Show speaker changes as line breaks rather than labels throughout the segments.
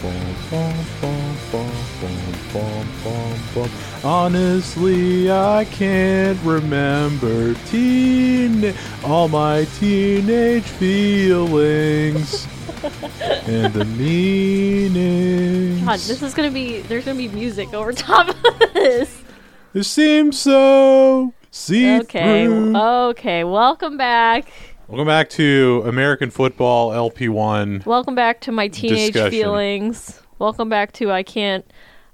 bum, bum, bum, bum, bum, bum, bum. Honestly, I can't remember teen all my teenage feelings and the meanings.
God, this is gonna be. There's gonna be music over top of this.
It seems so. See
Okay. uh Okay. Welcome back.
Welcome back to American Football LP1.
Welcome back to my teenage
Discussion.
feelings. Welcome back to I can't.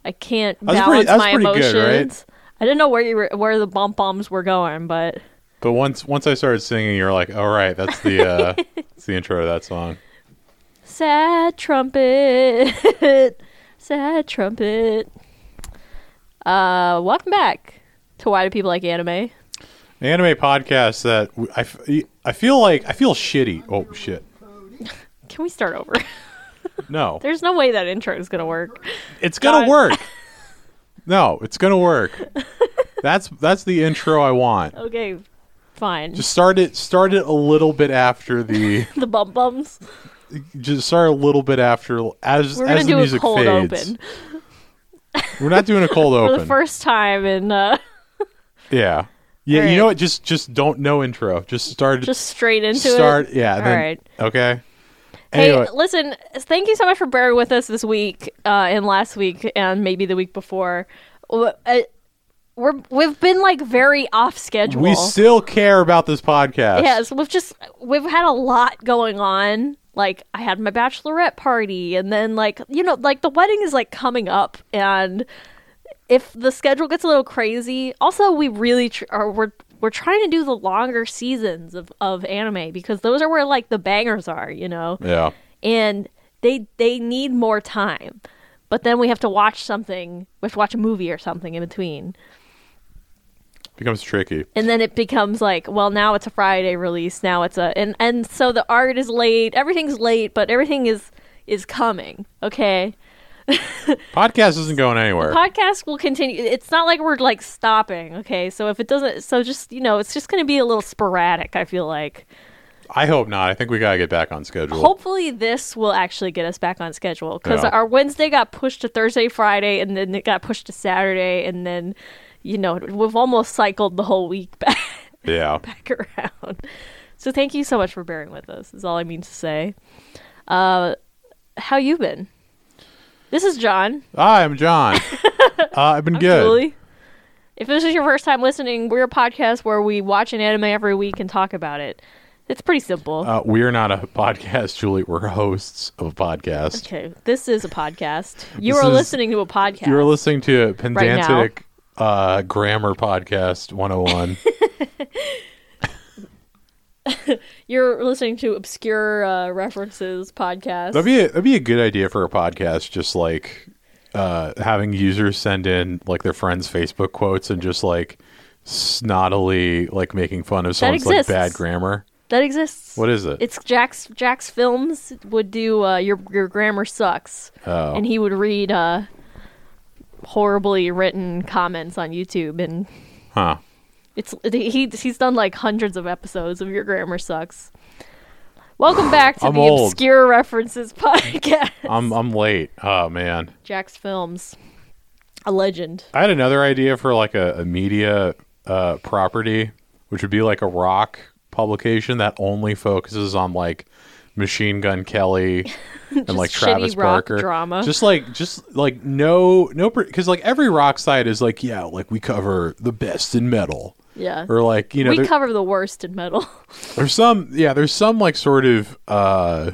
I can't
That's
balance
pretty- that's
my
pretty
emotions.
good, right?
I didn't know where you were, where the bomb bombs were going, but
But once once I started singing, you're like, "All right, that's the uh, that's the intro to that song."
sad trumpet, sad trumpet. Uh, welcome back to Why Do People Like Anime?
An anime podcast that w- I, f- I feel like I feel shitty. Oh shit!
Can we start over?
No,
There's no way that intro is gonna work.
it's gonna
God.
work. No, it's gonna work. That's that's the intro I want.
Okay, fine.
Just start it. Start it a little bit after the.
the bum bums.
Just start a little bit after as
We're gonna
as the
do a
music
cold
fades.
open
We're not doing a cold
for
open.
the first time, and uh,
yeah, yeah.
All
You
right.
know what? Just just don't no intro. Just start.
just straight into
start.
it.
Yeah.
All
then-
right.
Okay.
Hey, listen. Thank you so much for bearing with us this week uh, and last week, and maybe the week before. W- uh, We're we've been like very off schedule.
we still care about this podcast.
Yes, we've just we've had a lot going on. Like I had my bachelorette party and then like you know like the wedding is like coming up and if the schedule gets a little crazy, also we really tr- are we're we're trying to do the longer seasons of of anime because those are where like the bangers are, you know.
Yeah.
And they they need more time. But then we have to watch something, we have to watch a movie or something in between.
Becomes tricky.
and then it becomes like well now it's a friday release now it's a and and so the art is late everything's late but everything is is coming okay
Podcast isn't going anywhere.
podcast will continue it's not like we're like stopping okay so if it doesn't so just you know it's just going to be a little sporadic i feel like
I hope not. I think we gotta get back on schedule.
hopefully this will actually get us back on schedule because
Yeah.
our wednesday got pushed to thursday friday and then it got pushed to saturday and then you know we've almost cycled the whole week back
yeah.
back around. So thank you so much for bearing with us. Is all I mean to say. Uh, how you been? This is John.
Hi, I'm John. uh, I've been good.
Julie. If this is your first time listening, we're a podcast where we watch an anime every week and talk about it. It's pretty simple.
Uh, we're not a podcast, Julie. We're hosts of a podcast.
okay, this is a podcast. You
This
are
is-
listening to a podcast.
You're listening to
Right now.
Pendantic uh, Grammar Podcast 101.
You're listening to obscure uh, references podcast.
that'd be a, that'd be a good idea for a podcast. Just like uh, having users send in like their friends' Facebook quotes and just like snottily like making fun of someone's like
exists.
bad grammar.
that exists.
What is it?
It's Jack's Jack's films would do uh, your your grammar sucks,
Oh.
and he would read uh, horribly written comments on YouTube, and
huh.
it's he he's done like hundreds of episodes of your grammar sucks. Welcome back to
I'm
the
old.
obscure references podcast.
I'm I'm late. Oh man.
Jack's films, a legend.
I had another idea for like a, a media uh, property, which would be like a rock publication that only focuses on like Machine Gun Kelly and like
shitty
Travis
rock
Barker
drama.
Just like just like no no because like every rock site is like yeah like we cover the best in metal
Yeah,
or like you know
we
there-
cover the worst in metal.
there's some yeah there's some like sort of uh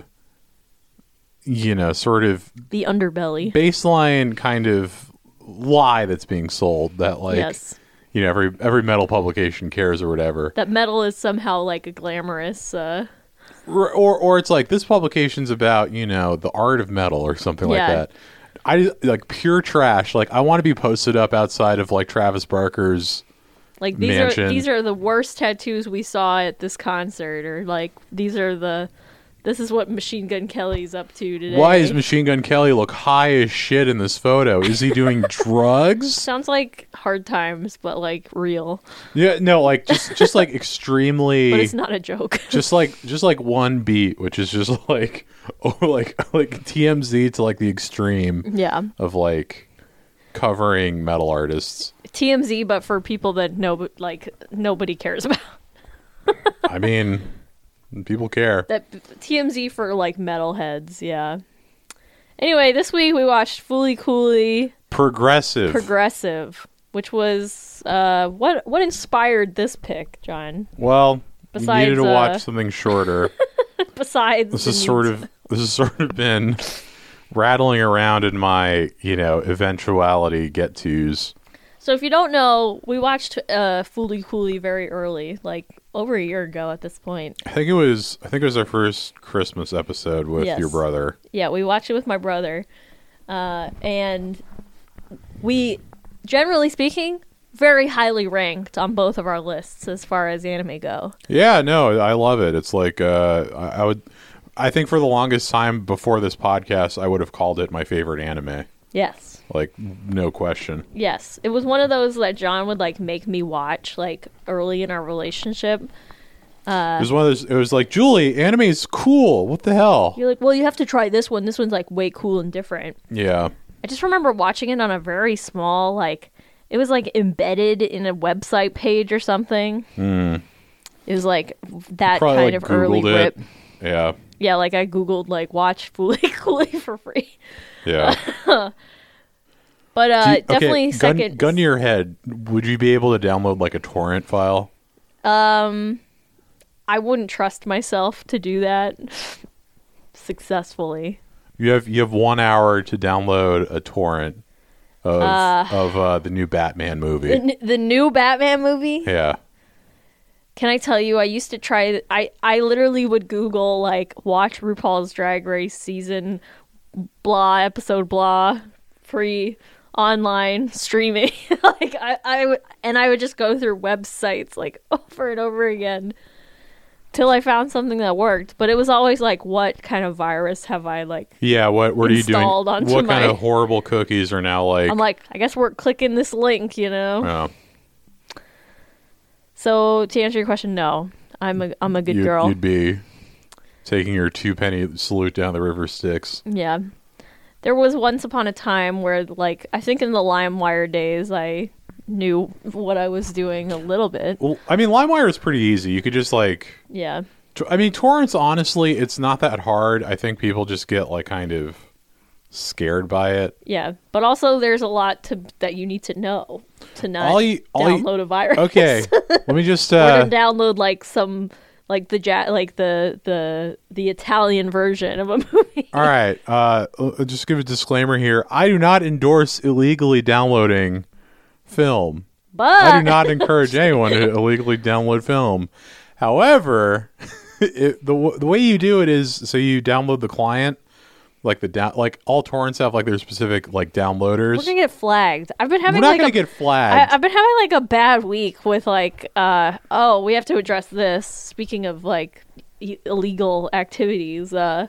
you know sort of
the underbelly.
baseline kind of lie that's being sold that like
Yes.
you know every every metal publication cares or whatever
That metal is somehow like a glamorous. Uh,
or or, or it's like this publication's about you know the art of metal or something like
Yeah.
that i like pure trash like i want to be posted up outside of like travis barker's
Like these
mansion.
are these are the worst tattoos we saw at this concert, or like these are the This is what Machine Gun Kelly's up to today.
Why is Machine Gun Kelly look high as shit in this photo? Is he doing drugs?
Sounds like hard times, but like real.
Yeah, no, like just just like extremely
But it's not a joke.
just like just like one beat, which is just like oh like like TMZ to like the extreme
yeah.
of like covering metal artists.
TMZ, but for people that no, like nobody cares about.
I mean, people care.
That TMZ for like metalheads, yeah. Anyway, this week we watched Fully Cooley
Progressive.
Progressive, which was uh, what what inspired this pick, John?
well,
Besides,
we needed to
uh,
watch something shorter.
Besides,
this
the
is sort
needs-
of this has sort of been rattling around in my you know eventuality get tos.
So if you don't know, we watched uh, Fully Cooley very early, like over a year ago at this point.
I think it was I think it was our first Christmas episode with
Yes.
your brother.
yeah, we watched it with my brother, uh, and we, generally speaking, very highly ranked on both of our lists as far as anime go.
Yeah, no, I love it. It's like uh, I, I would. I think for the longest time before this podcast, I would have called it my favorite anime.
Yes,
Like, no question.
yes, it was one of those that John would like make me watch like early in our relationship. Uh,
it was one of those. It was like Julie, anime is cool. What the hell?
You're like, well, you have to try this one. This one's like way cool and different.
Yeah,
I just remember watching it on a very small like it was like embedded in a website page or something. It was like that
Hmm. probably
kind
like
of early
googled it.
rip.
Yeah,
yeah, like I googled like watch Fully Cooley for free.
yeah.
But uh
Do you- okay,
definitely
gun,
second
Gun to your head. Would you be able to download like a torrent file?
I wouldn't trust myself to do that successfully.
You have you have one hour to download a torrent of of uh, the new Batman
The,
movie.
n- the new Batman movie?
Yeah.
Can I tell you I used to try I I literally would google like watch RuPaul's Drag Race season blah episode blah free online streaming like I I would and I would just go through websites like over and over again till I found something that worked but it was always like what kind of virus have I like
Yeah, what what are you doing?
Installed
What
onto
kind
my-
of horrible cookies are now like?
I'm like I guess we're clicking this link you know
Yeah.
so to answer your question no I'm a I'm a good
you,
girl
You'd be taking your two penny salute down the river Styx.
Yeah. There was once upon a time where, like, I think in the LimeWire days, I knew what I was doing a little bit.
Well, I mean, LimeWire is pretty easy. You could just like,
Yeah.
t- I mean, torrents. Honestly, it's not that hard. I think people just get like kind of scared by it.
Yeah. But also, there's a lot to that you need to know to not
All you- all you-
download a virus.
Okay, let me just.
or
Uh,
to download, like, some. Like the ja- like the the the Italian version of a movie.
all right, uh, I'll just give a disclaimer here. I do not endorse illegally downloading film.
But
I do not encourage anyone to illegally download film. However, it, the w- the way you do it is so you download the client, like the down, like all torrents have like their specific like downloaders.
we're gonna get flagged. I've been having
We're not
like
gonna
a,
get
I,
flagged.
I've been having like a bad week with like, uh, oh, we have to address this. Speaking of like i- illegal activities, uh,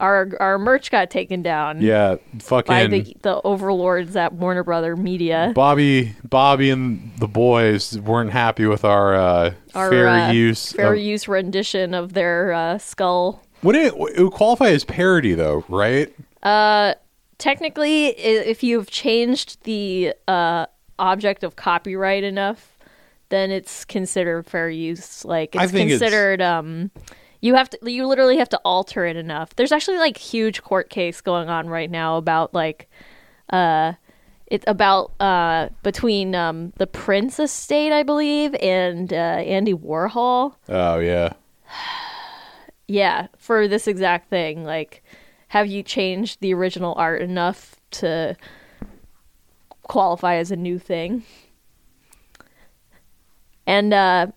our our merch got taken down
yeah,
by
fucking
the the overlords at Warner Brother Media.
Bobby, Bobby, and the boys weren't happy with our, uh,
Our,
fair
uh,
use.
fair
of-
use rendition of their uh, skull.
Would it, it would qualify as parody though, right?
Technically, i- if you've changed the uh, object of copyright enough, then it's considered fair use. Like it's
I think it's-
considered. Um, you have to. You literally have to alter it enough. There's actually like huge court case going on right now about like, uh, it's about uh between um the Prince estate, I believe, and uh, Andy Warhol.
Oh yeah,
Yeah, for this exact thing. Like, have you changed the original art enough to qualify as a new thing? And uh,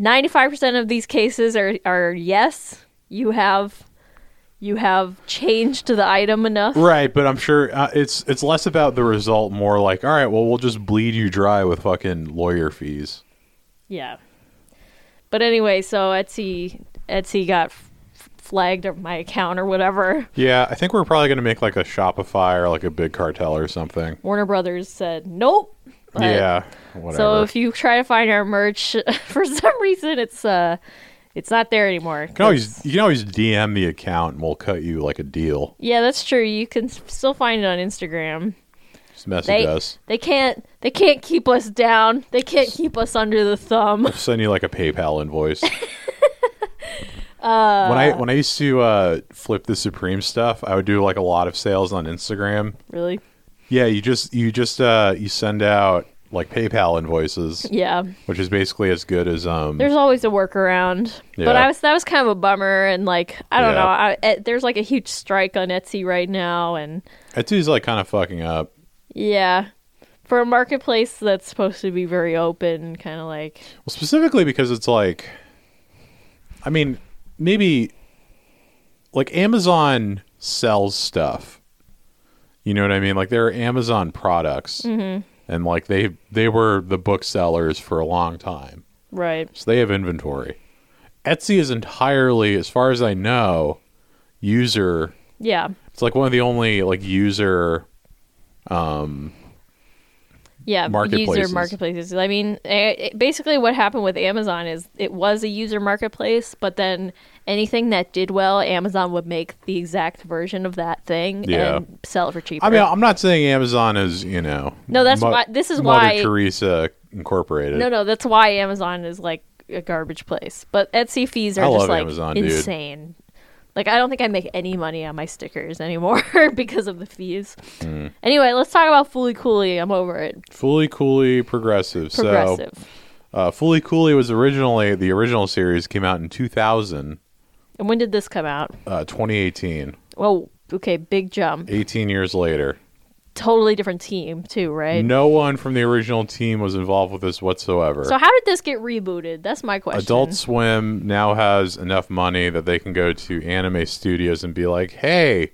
95% of these cases are, are yes, you have you have changed the item enough.
right. But I'm sure uh, it's it's less about the result, more like all right, well, we'll just bleed you dry with fucking lawyer fees.
Yeah. But anyway, so Etsy Etsy got f- f- flagged of my account or whatever.
Yeah, I think we're probably going to make like a Shopify or like a big cartel or something.
Warner Brothers said nope. But-
yeah, whatever.
So if you try to find our merch, for some reason it's uh, it's not there anymore.
you can always you can always DM the account and we'll cut you like a deal.
Yeah, that's true. You can s- still find it on Instagram.
Just message
They
us.
they can't they can't keep us down. They can't keep us under the thumb.
Send you like a PayPal invoice. when I when I used to uh, flip the Supreme stuff, I would do like a lot of sales on Instagram.
Really?
Yeah, you just you just uh, you send out like PayPal invoices,
Yeah.
which is basically as good as um.
There's always a workaround. But
Yeah.
I was that was kind of a bummer and like I don't
Yeah.
know. I, eh, there's like a huge strike on Etsy right now and
Etsy's like kind of fucking up.
yeah. For a marketplace that's supposed to be very open, kind of like
Well, specifically because it's like, I mean, maybe like Amazon sells stuff. You know what I mean? Like there are Amazon products,
Mm-hmm.
and like they they were the booksellers for a long time,
right.
so they have inventory. Etsy is entirely, as far as I know, user.
Yeah.
It's like one of the only like user.
Yeah,
Marketplaces.
user marketplaces. I mean, eh, it, basically, what happened with Amazon is it was a user marketplace, but then anything that did well, Amazon would make the exact version of that thing
Yeah.
and sell it for cheaper.
I mean, I'm not saying Amazon is you know.
No, that's why- this is
Mother
why-
Teresa Incorporated.
no, no, that's why Amazon is like a garbage place. But Etsy fees are
I
just
love
like
Amazon, dude.
insane. Like, I don't think I make any money on my stickers anymore because of the fees.
Mm.
Anyway, let's talk about Fully Cooley. I'm over it.
Fully Cooley Progressive.
Progressive.
So, uh, Fully Cooley was originally, the original series came out in 2000,
and when did this come out?
uh, 2018,
Whoa. Okay, big jump.
18 years later.
totally different team too, right?
No one from the original team was involved with this whatsoever.
So how did this get rebooted? That's my question.
Adult Swim now has enough money that they can go to anime studios and be like, hey,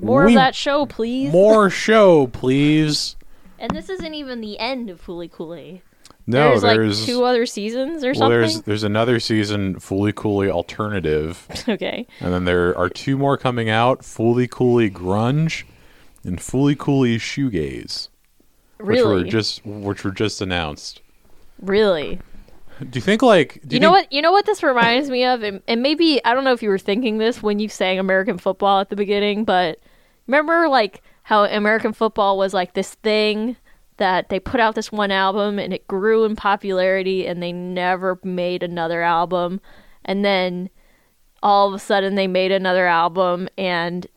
more
we-
of that show, please.
more show, please.
and this isn't even the end of Fooly Cooley.
No,
there's,
there's.
like two other seasons or
well, there's
something.
there's another season, Fully Cooley Alternative,
okay,
And then there are two more coming out: Fully Cooley Grunge and Fully Cooley Shoegaze, which
really,
were just which were just announced.
really.
Do you think like do
You know
think-
what? You know what this reminds me of, and, and maybe I don't know if you were thinking this when you sang American football at the beginning, but remember like how American football was like this thing that they put out this one album and it grew in popularity, and they never made another album, and then all of a sudden they made another album, and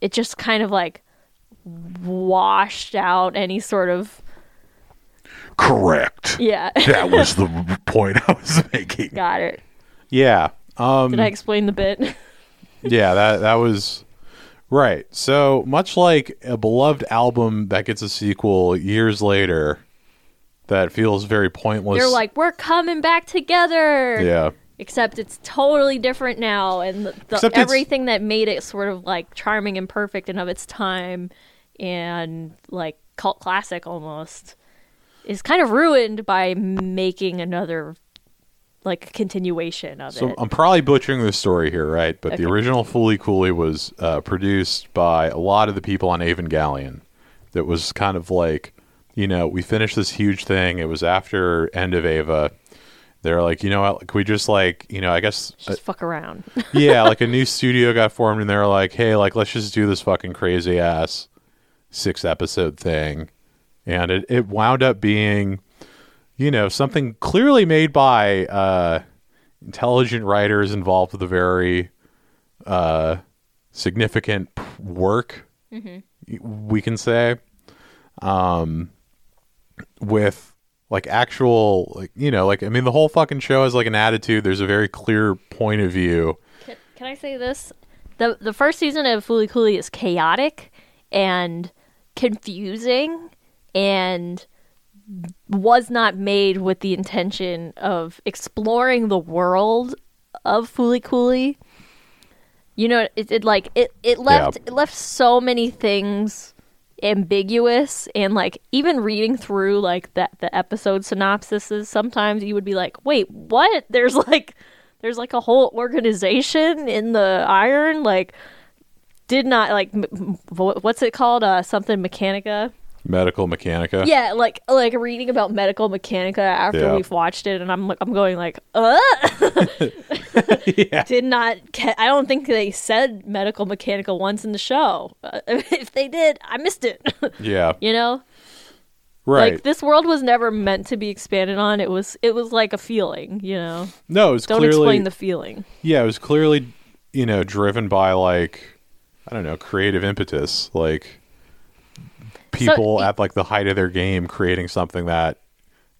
it just kind of like washed out any sort of
Correct.
yeah.
That was the point I was making.
Got it.
Yeah, Um,
Did I explain the bit?
yeah. That that was right. So much like a beloved album that gets a sequel years later, that feels very pointless.
They're like, we're coming back together.
yeah.
Except it's totally different now, and the, the,
Except it's-
everything that made it sort of like charming and perfect and of its time, and like cult classic almost, is kind of ruined by making another like continuation of
So
it.
I'm probably butchering the story here, right? But the
Okay.
original Fooly Cooley was uh, produced by a lot of the people on Avon Galleon. That was kind of like, you know, we finished this huge thing. It was after End of Ava. They're like, you know what? Can we just like, you know, I guess, uh,
Just fuck around.
yeah, like a new studio got formed, and they're like, hey, like let's just do this fucking crazy ass six episode thing, and it it wound up being, you know, something clearly made by uh, intelligent writers involved with a very uh, significant p- work, we can say, um, with like actual like you know like i mean the whole fucking show has like an attitude there's a very clear point of view
Can, can I say this? The the first season of Fooly Cooley is chaotic and confusing and was not made with the intention of exploring the world of Fooly Cooley. You know, it, it like it, it left it left so many things ambiguous and like even reading through like that the episode synopsises sometimes you would be like, wait, what? There's like There's like a whole organization in the iron. Like, did not like m- m- what's it called? Uh, something Mechanica.
Medical Mechanica.
Yeah, like like reading about medical mechanica after
Yeah.
we've watched it, and I'm like I'm going like, uh, did not. Ca- I don't think they said medical mechanica once in the show. Uh, if they did, I missed it.
Yeah.
you know,
Right.
like this world was never meant to be expanded on. It was it was like a feeling. You know,
no, it's
don't
clearly
explain the feeling.
yeah, it was clearly you know driven by like I don't know creative impetus, like people
y-
at like the height of their game creating something that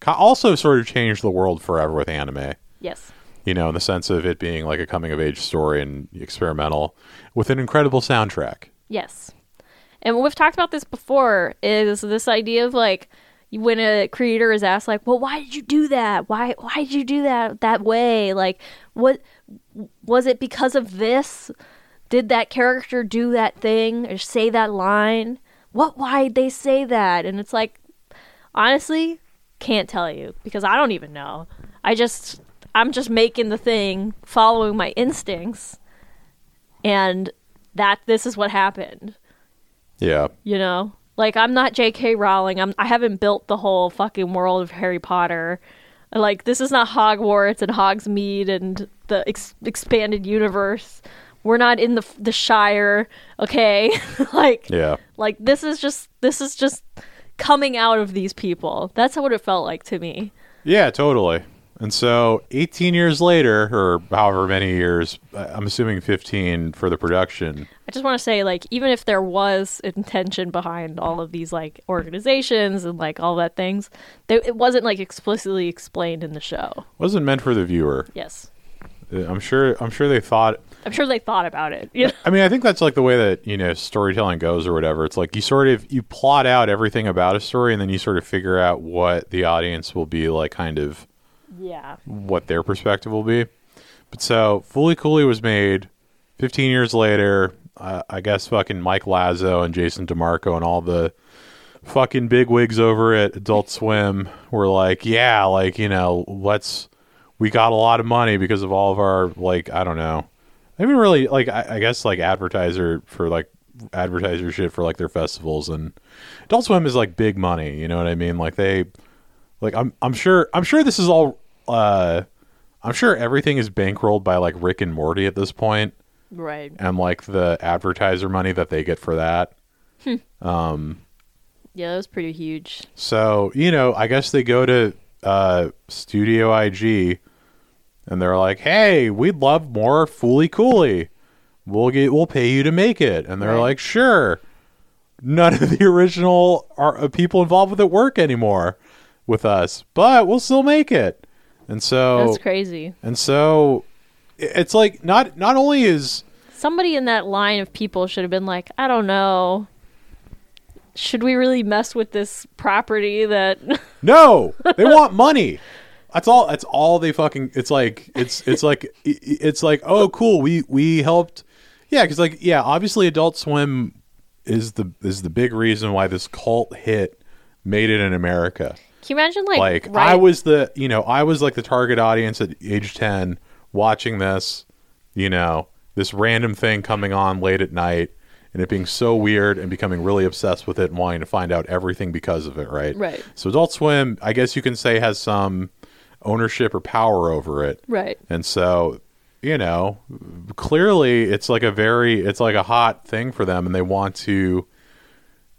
co- also sort of changed the world forever with anime.
Yes.
You know, in the sense of it being like a coming of age story and experimental with an incredible soundtrack.
Yes. And we've talked about this before is this idea of like when a creator is asked like, "Well, why did you do that? Why why did you do that that way? Like what was it because of this? Did that character do that thing or say that line? What why would they say that?" And it's like honestly, can't tell you because I don't even know. I just I'm just making the thing, following my instincts. And that this is what happened
Yeah.
you know like i'm not jk rowling i'm i haven't built the whole fucking world of harry potter like this is not hogwarts and hogsmeade and the ex- expanded universe we're not in the the shire okay like
Yeah.
like this is just this is just coming out of these people that's what it felt like to me
Yeah, totally. And so 18 years later, or however many years, I- I'm assuming 15 for the production.
I just want to say, like, even if there was intention behind all of these like organizations and like all that things, they, it wasn't like explicitly explained in the show.
Wasn't meant for the viewer.
Yes,
Uh, I'm sure. I'm sure they thought.
I'm sure they thought about it. You know?
I mean, I think that's like the way that you know storytelling goes, or whatever. It's like you sort of you plot out everything about a story, and then you sort of figure out what the audience will be like, kind of
yeah,
what their perspective will be. But so, Fully Cooley was made 15 years later. Uh, I guess fucking Mike Lazo and Jason DeMarco and all the fucking bigwigs over at Adult Swim were like, yeah, like, you know, let's, we got a lot of money because of all of our, like, I don't know. I mean, really, like, I, I guess, like, advertiser for, like, advertiser shit for, like, their festivals. And Adult Swim is, like, big money. You know what I mean? Like, they, like I'm I'm sure I'm sure this is all uh I'm sure everything is bankrolled by like Rick and Morty at this point
right.
and like the advertiser money that they get for that.
Yeah, that was pretty huge.
So, you know, I guess they go to uh Studio IG and they're like, "Hey, we'd love more Fooly Cooley. We'll get we'll pay you to make it." And they're
Right.
like, "Sure." None of the original are, uh, people involved with it work anymore with us, but we'll still make it. And so
That's crazy.
And so i- it's like not not only is
Somebody in that line of people should have been like, I don't know. Should we really mess with this property that
no, they want money. That's all that's all they fucking it's like it's it's like i- i- it's like oh cool, we we helped. Yeah, cuz like yeah, obviously Adult Swim is the is the big reason why this cult hit made it in America.
can you imagine like,
like
right,
I was the you know I was like the target audience at age ten watching this you know this random thing coming on late at night and it being so weird and becoming really obsessed with it and wanting to find out everything because of it right
Right.
so Adult Swim I guess you can say has some ownership or power over it
right.
and so you know clearly it's like a very it's like a hot thing for them and they want to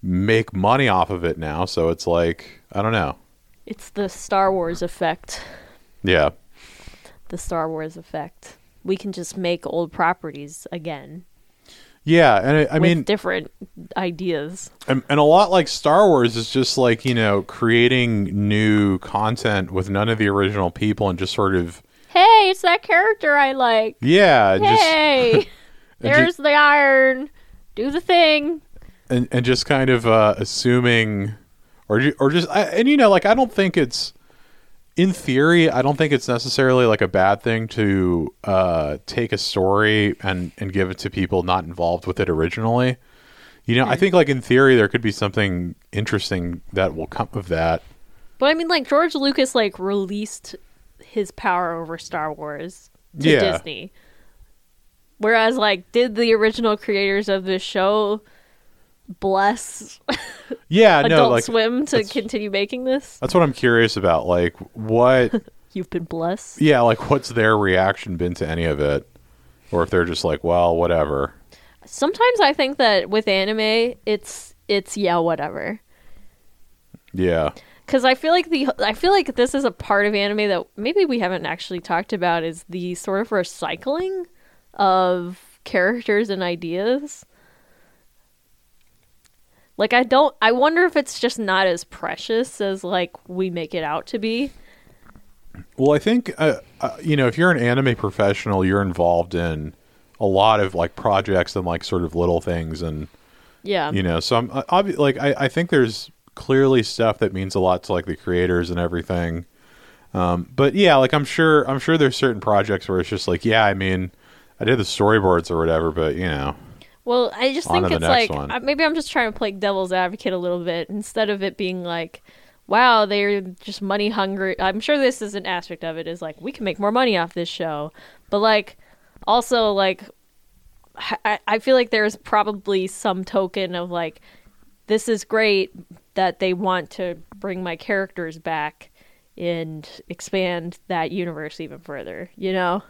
make money off of it now so it's like I don't know
It's the Star Wars effect.
yeah.
The Star Wars effect. We can just make old properties again.
Yeah, and it, I
with
mean,
different ideas.
and, and a lot like Star Wars is just like you know creating new content with none of the original people and just sort of
Hey, it's that character I like.
yeah, and just
Hey, there's the iron. Do the thing.
and, and just kind of uh, assuming, or ju- or just I, and you know like I don't think it's in theory I don't think it's necessarily like a bad thing to uh, take a story and and give it to people not involved with it originally. You know, I think like in theory there could be something interesting that will come of that.
But I mean, like George Lucas, like released his power over Star Wars to
Yeah.
Disney. Whereas, like, did the original creators of this show bless
Yeah, no,
Adult
like
Swim to
that's-
continue making this?
that's what I'm curious about. Like, what?
You've been blessed.
yeah, like what's their reaction been to any of it, or if they're just like, well, whatever.
Sometimes I think that with anime, it's it's yeah, whatever.
Yeah,
because I feel like the I feel like this is a part of anime that maybe we haven't actually talked about is the sort of recycling of characters and ideas. Like I don't I wonder if it's just not as precious as like we make it out to be.
Well, I think uh, uh, you know if you're an anime professional, you're involved in a lot of like projects and like sort of little things, and
Yeah.
you know, so I'm uh, obvi- like I, I think there's clearly stuff that means a lot to like the creators and everything. Um, but yeah, like I'm sure I'm sure there's certain projects where it's just like, yeah, I mean, I did the storyboards or whatever, but you know,
Well, I just
On
think
to
it's
the next
like
one.
I- maybe I'm just trying to play devil's advocate a little bit instead of it being like, wow, they're just money hungry. I'm sure this is an aspect of it is like we can make more money off this show, but like also like I, I feel like there's probably some token of like this is great that they want to bring my characters back and expand that universe even further. You know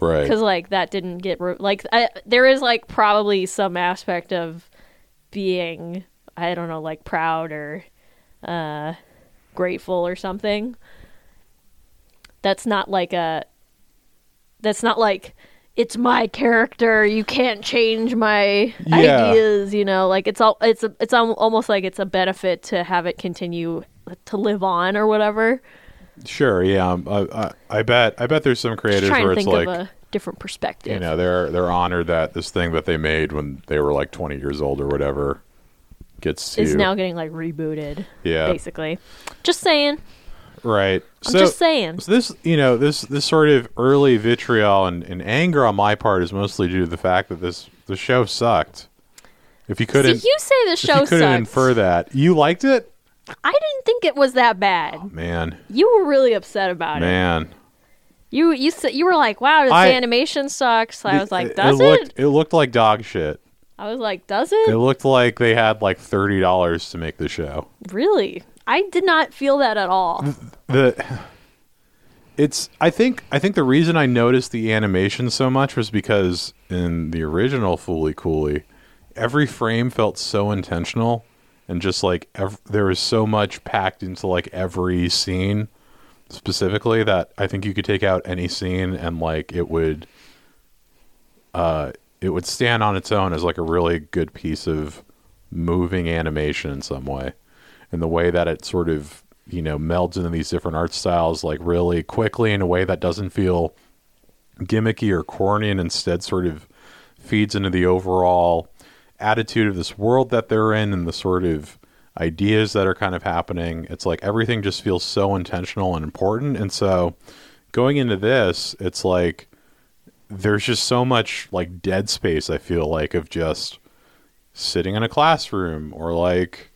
right?
because like that didn't get re- like I, there is like probably some aspect of being i don't know like proud or uh grateful or something that's not like a that's not like it's my character you can't change my
Yeah.
ideas you know like it's all it's a, it's al- almost like it's a benefit to have it continue to live on or whatever
Sure, yeah. um, I, I, I bet I bet there's some
just
creators
trying
where
to
it's
think
like
of a different perspective
you know they're they're honored that this thing that they made when they were like 20 years old or whatever gets to
is now getting like rebooted.
Yeah.
Basically. Just saying.
right
I'm
so,
just saying.
so this you know this this sort of early vitriol and, and anger on my part is mostly due to the fact that this the show sucked if you
See,
couldn't
you say the
if
show
you couldn't
sucks.
infer that you liked it
I didn't think it was that bad.
man
You were really upset about it.
man
You you said you were like, "Wow, this
I-
animation sucks." I was like, "Does it?"
looked it looked like dog shit
I was like, "Does
it
it?"
looked like they had like $30 to make the show
Really? I did not feel that at all.
the it's i think i think the reason i noticed the animation so much was because in the original Fooly cooley every frame felt so intentional and just like ev- there was so much packed into like every scene specifically that i think you could take out any scene and like it would uh it would stand on its own as like a really good piece of moving animation in some way and the way that it sort of you know melds into these different art styles like really quickly in a way that doesn't feel gimmicky or corny and instead sort of feeds into the overall attitude of this world that they're in and the sort of ideas that are kind of happening it's like everything just feels so intentional and important and so going into this it's like there's just so much like dead space i feel like of just sitting in a classroom or like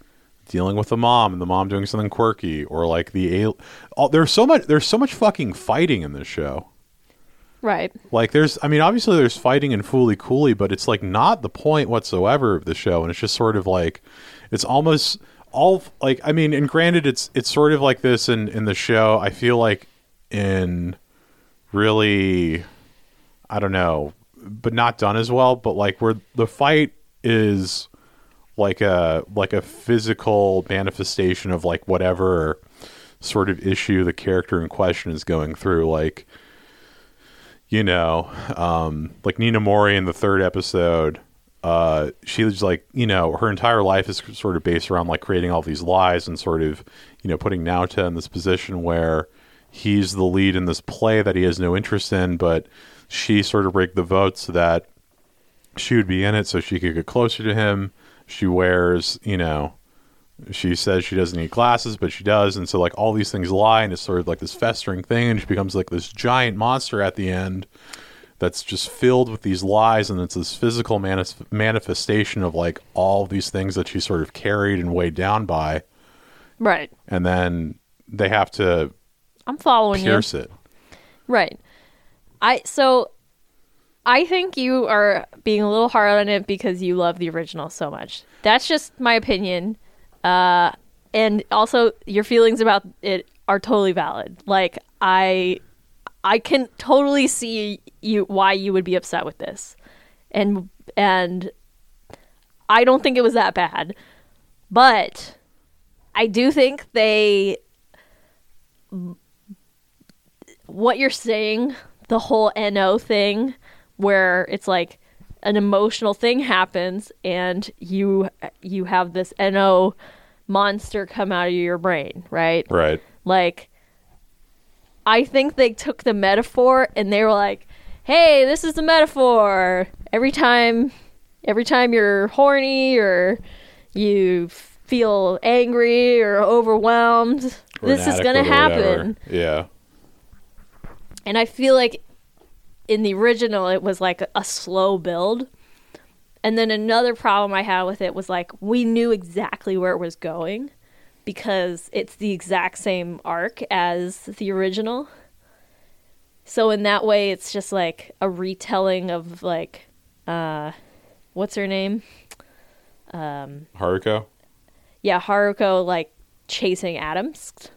dealing with the mom and the mom doing something quirky or like the al- all, there's so much there's so much fucking fighting in this show
Right.
like there's i mean obviously there's fighting in fooly cooley but it's like not the point whatsoever of the show and it's just sort of like it's almost all like i mean and granted it's it's sort of like this in in the show i feel like in really i don't know but not done as well but like where the fight is like a like a physical manifestation of like whatever sort of issue the character in question is going through like you know, um, like Nina Mori in the third episode, uh, she was like, you know, her entire life is sort of based around like creating all these lies and sort of, you know, putting Nauta in this position where he's the lead in this play that he has no interest in, but she sort of rigged the vote so that she would be in it so she could get closer to him. She wears, you know, she says she doesn't need glasses, but she does, and so like all these things lie, and it's sort of like this festering thing, and she becomes like this giant monster at the end that's just filled with these lies, and it's this physical manis- manifestation of like all these things that she sort of carried and weighed down by,
Right.
and then they have to
I'm following you.
pierce it.
Right. I so I think you are being a little hard on it because you love the original so much. That's just my opinion. Uh and also your feelings about it are totally valid. Like I I can totally see you why you would be upset with this. And and I don't think it was that bad. But I do think they what you're saying, the whole NO thing where it's like an emotional thing happens and you you have this NO monster come out of your brain, right?
Right.
Like I think they took the metaphor and they were like, "Hey, this is the metaphor. Every time every time you're horny or you feel angry or overwhelmed,
Or
this is going to
inadequate or whatever.
happen."
Yeah.
And I feel like in the original, it was like a slow build. And then another problem I had with it was like we knew exactly where it was going because it's the exact same arc as the original. So in that way, it's just like a retelling of like, uh, what's her name?
Haruko.
Yeah, Haruko like chasing Adamsk,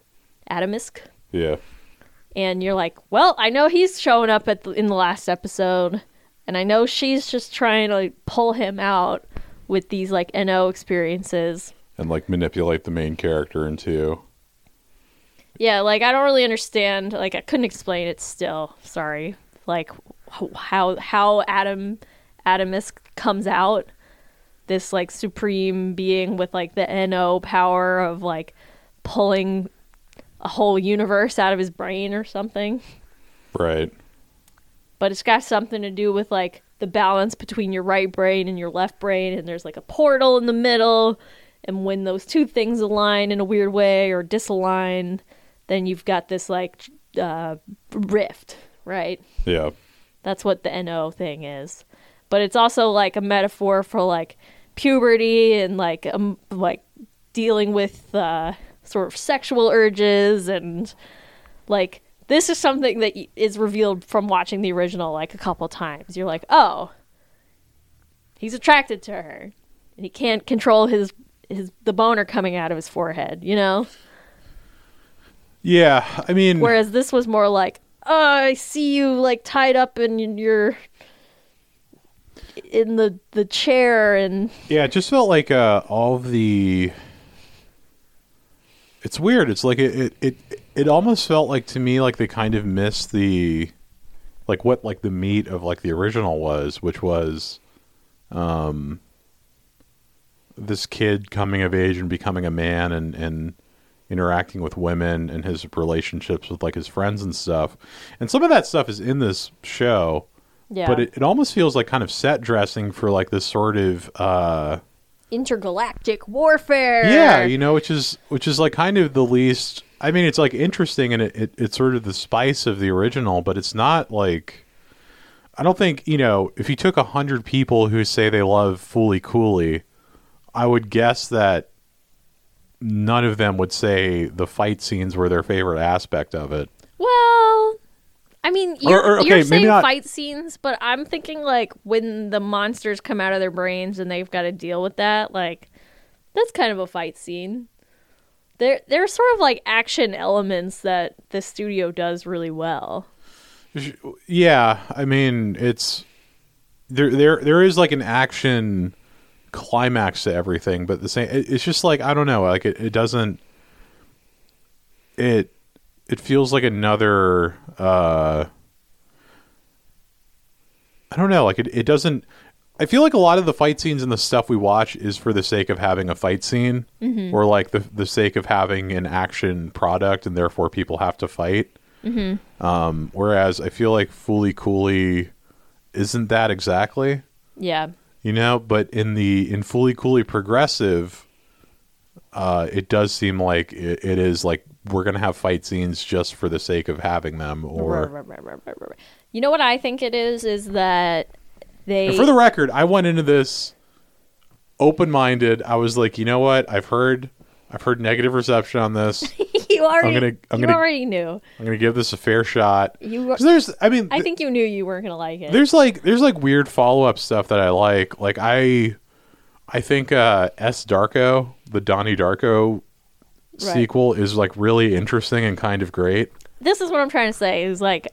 Adamisk.
Yeah.
and you're like, well, I know he's showing up at the, in the last episode, and I know she's just trying to like, pull him out with these like no experiences.
And like manipulate the main character into.
Yeah, like I don't really understand. Like I couldn't explain it still. Sorry. Like wh- how how Adam Adamus comes out this like supreme being with like the no power of like pulling a whole universe out of his brain or something.
Right.
but it's got something to do with like the balance between your right brain and your left brain and there's like a portal in the middle and when those two things align in a weird way or disalign then you've got this like tr- uh, rift right
Yeah.
that's what the no thing is but it's also like a metaphor for like puberty and like um, like dealing with uh, sort of sexual urges and like this is something that y- is revealed from watching the original like a couple times you're like oh he's attracted to her and he can't control his his the boner coming out of his forehead you know
Yeah. I mean.
Whereas this was more like, oh, I see you like tied up in your in the the chair and
Yeah, it just felt like uh, all of the. It's weird. It's like it, it it it almost felt like to me like they kind of missed the, like what like the meat of like the original was, which was, um. This kid coming of age and becoming a man and and interacting with women and his relationships with like his friends and stuff, and some of that stuff is in this show
yeah,
but it, it almost feels like kind of set dressing for like this sort of uh
intergalactic warfare.
yeah you know which is which is like kind of the least i mean it's like interesting and it, it it's sort of the spice of the original but it's not like i don't think you know if you took a hundred people who say they love Fooly cooley i would guess that none of them would say the fight scenes were their favorite aspect of it
well, I mean, you're,
or, okay,
you're
maybe
saying
not-
fight scenes, but I'm thinking like when the monsters come out of their brains and they've got to deal with that. Like that's kind of a fight scene. There, there are sort of like action elements that the studio does really well.
Yeah, I mean it's there. There, there is like an action climax to everything, but the same. it- It's just like I don't know. Like it, it doesn't. It it feels like another. uh I don't know. Like it, it doesn't. I feel like a lot of the fight scenes and the stuff we watch is for the sake of having a fight scene, or like the the sake of having an action product, and therefore people have to fight. Um, whereas I feel like Fooly Cooley isn't that exactly,
Yeah.
you know. But in the in Fooly Cooley Progressive, uh, it does seem like it, it is like we're gonna have fight scenes just for the sake of having them.
Right,
Or
right, right, right, right, right. You know what I think it is is that they
And for the record, I went into this open minded. I was like, you know what? I've heard I've heard negative reception on this.
you already
gonna- I'm
you
gonna-
already knew.
I'm gonna give this a fair shot.
You
'Cause there's, I mean,
I think you knew you weren't gonna like it.
there's like there's like weird follow up stuff that I like. Like I, I think uh S Darko, the Donnie Darko
Right.
sequel, is like really interesting and kind of great.
this is what I'm trying to say is like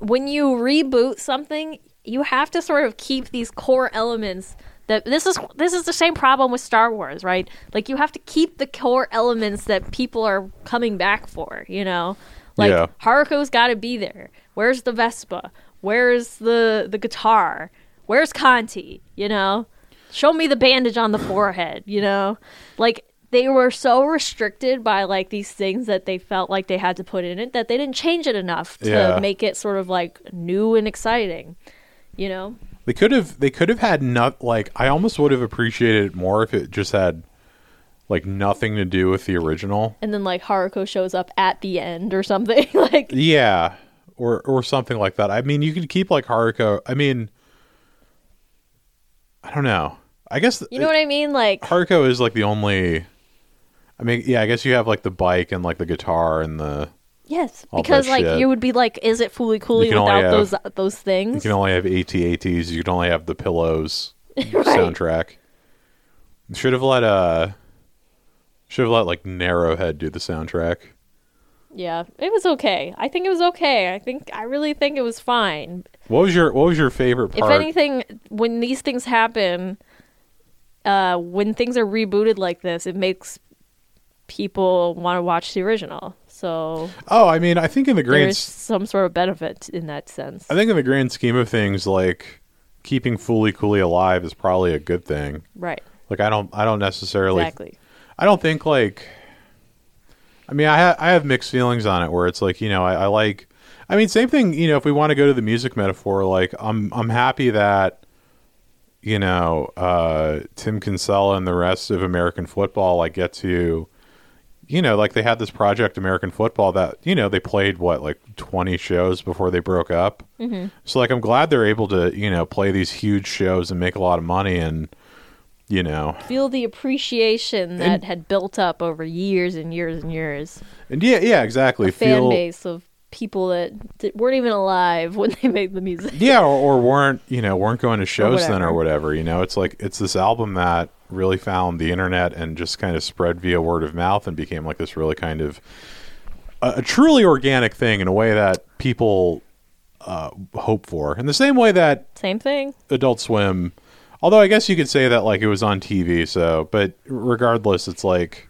when you reboot something, you have to sort of keep these core elements that this is this is the same problem with Star Wars, right? Like you have to keep the core elements that people are coming back for, you know? Like
Yeah.
Haruko's got to be there. Where's the Vespa? Where's the the guitar? Where's Conti? You know? Show me the bandage on the forehead, you know? Like they were so restricted by like these things that they felt like they had to put in it that they didn't change it enough to
Yeah.
make it sort of like new and exciting, you know?
They could have they could have had not like I almost would have appreciated it more if it just had like nothing to do with the original.
And then like Haruko shows up at the end or something like
Yeah, or or something like that. I mean, you could keep like Haruko. I mean, I don't know. I guess
you know what I mean like
Haruko is like the only. I mean, yeah, I guess you have like the bike and like the guitar and the
yes
all that
because like
shit.
you would be like is it fully coolly
You can only
without
have-
those those things?
you can only have ATATs. You can only have the pillows
Right.
soundtrack. Should have let uh, should have let like Narrowhead do the soundtrack.
Yeah, it was okay. I think it was okay. I think I really think it was fine.
What was your What was your favorite part?
If anything, when these things happen, uh, when things are rebooted like this, it makes people want to watch the original. So
oh, I mean, I think in the grand,
there's some sort of benefit in that sense.
I think in the grand scheme of things, like keeping Fooly Cooley alive is probably a good thing.
right.
Like, I don't, I don't necessarily
Exactly.
I don't think like. I mean, I ha- I have mixed feelings on it. Where it's like you know, I, I like. I mean, same thing. You know, if we want to go to the music metaphor, like I'm I'm happy that you know uh, Tim Kinsella and the rest of American football like get to. You know, like they had this project American Football that you know they played what like twenty shows before they broke up. Mm-hmm. So like I'm glad they're able to you know play these huge shows and make a lot of money and you know
Feel the appreciation that had built up over years and years and years.
and yeah yeah exactly
Fan
Feel-
base of people that d- weren't even alive when they made the music.
yeah or, or weren't you know weren't going to shows then or
whatever.
whatever you know it's like it's this album that really found the internet and just kind of spread via word of mouth and became like this really kind of a, a truly organic thing in a way that people uh, hope for in the same way that
Same thing.
adult swim although i guess you could say that like it was on tv so but regardless it's like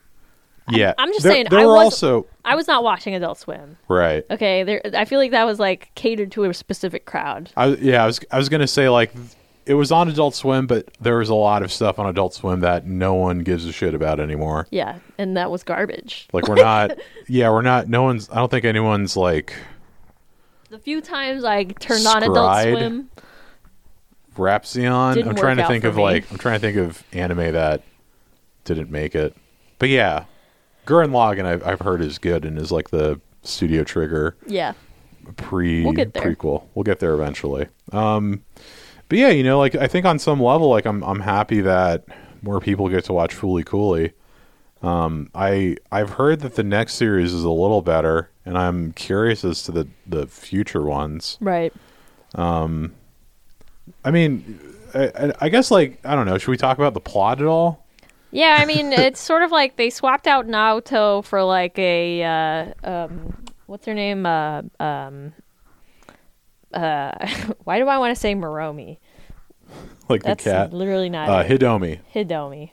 yeah
I'm just
there,
saying,
there
I
were
was-
also
I was not watching Adult Swim.
right
Okay, there. I feel like that was like catered to a specific crowd.
I yeah, I was I was gonna say like th- it was on Adult Swim, but there was a lot of stuff on Adult Swim that no one gives a shit about anymore.
Yeah, and that was garbage.
Like we're not, yeah, we're not. No one's. I don't think anyone's like
The few times I turned on Adult
Scried?
Swim,
Rhapsion.
Didn't
I'm
work
trying to
out
think
for
of
me.
like I'm trying to think of anime that didn't make it. But yeah, Gurren Lagann I've I've heard is good and is like the Studio Trigger
yeah,
pre
We'll get there.
prequel. We'll get there eventually. Um, but yeah, you know, like I think on some level, like I'm I'm happy that more people get to watch Fooly Cooley. Um, I I've heard that the next series is a little better, and I'm curious as to the the future ones.
right.
I mean, I, I- I guess like I don't know. Should we talk about the plot at all?
Yeah, I mean, it's sort of like they swapped out Naoto for like a uh, um, what's her name? Uh, um, uh, why do I want to say Moromi?
Like
That's
the cat,
literally not
uh,
it.
Hidomi.
Hidomi.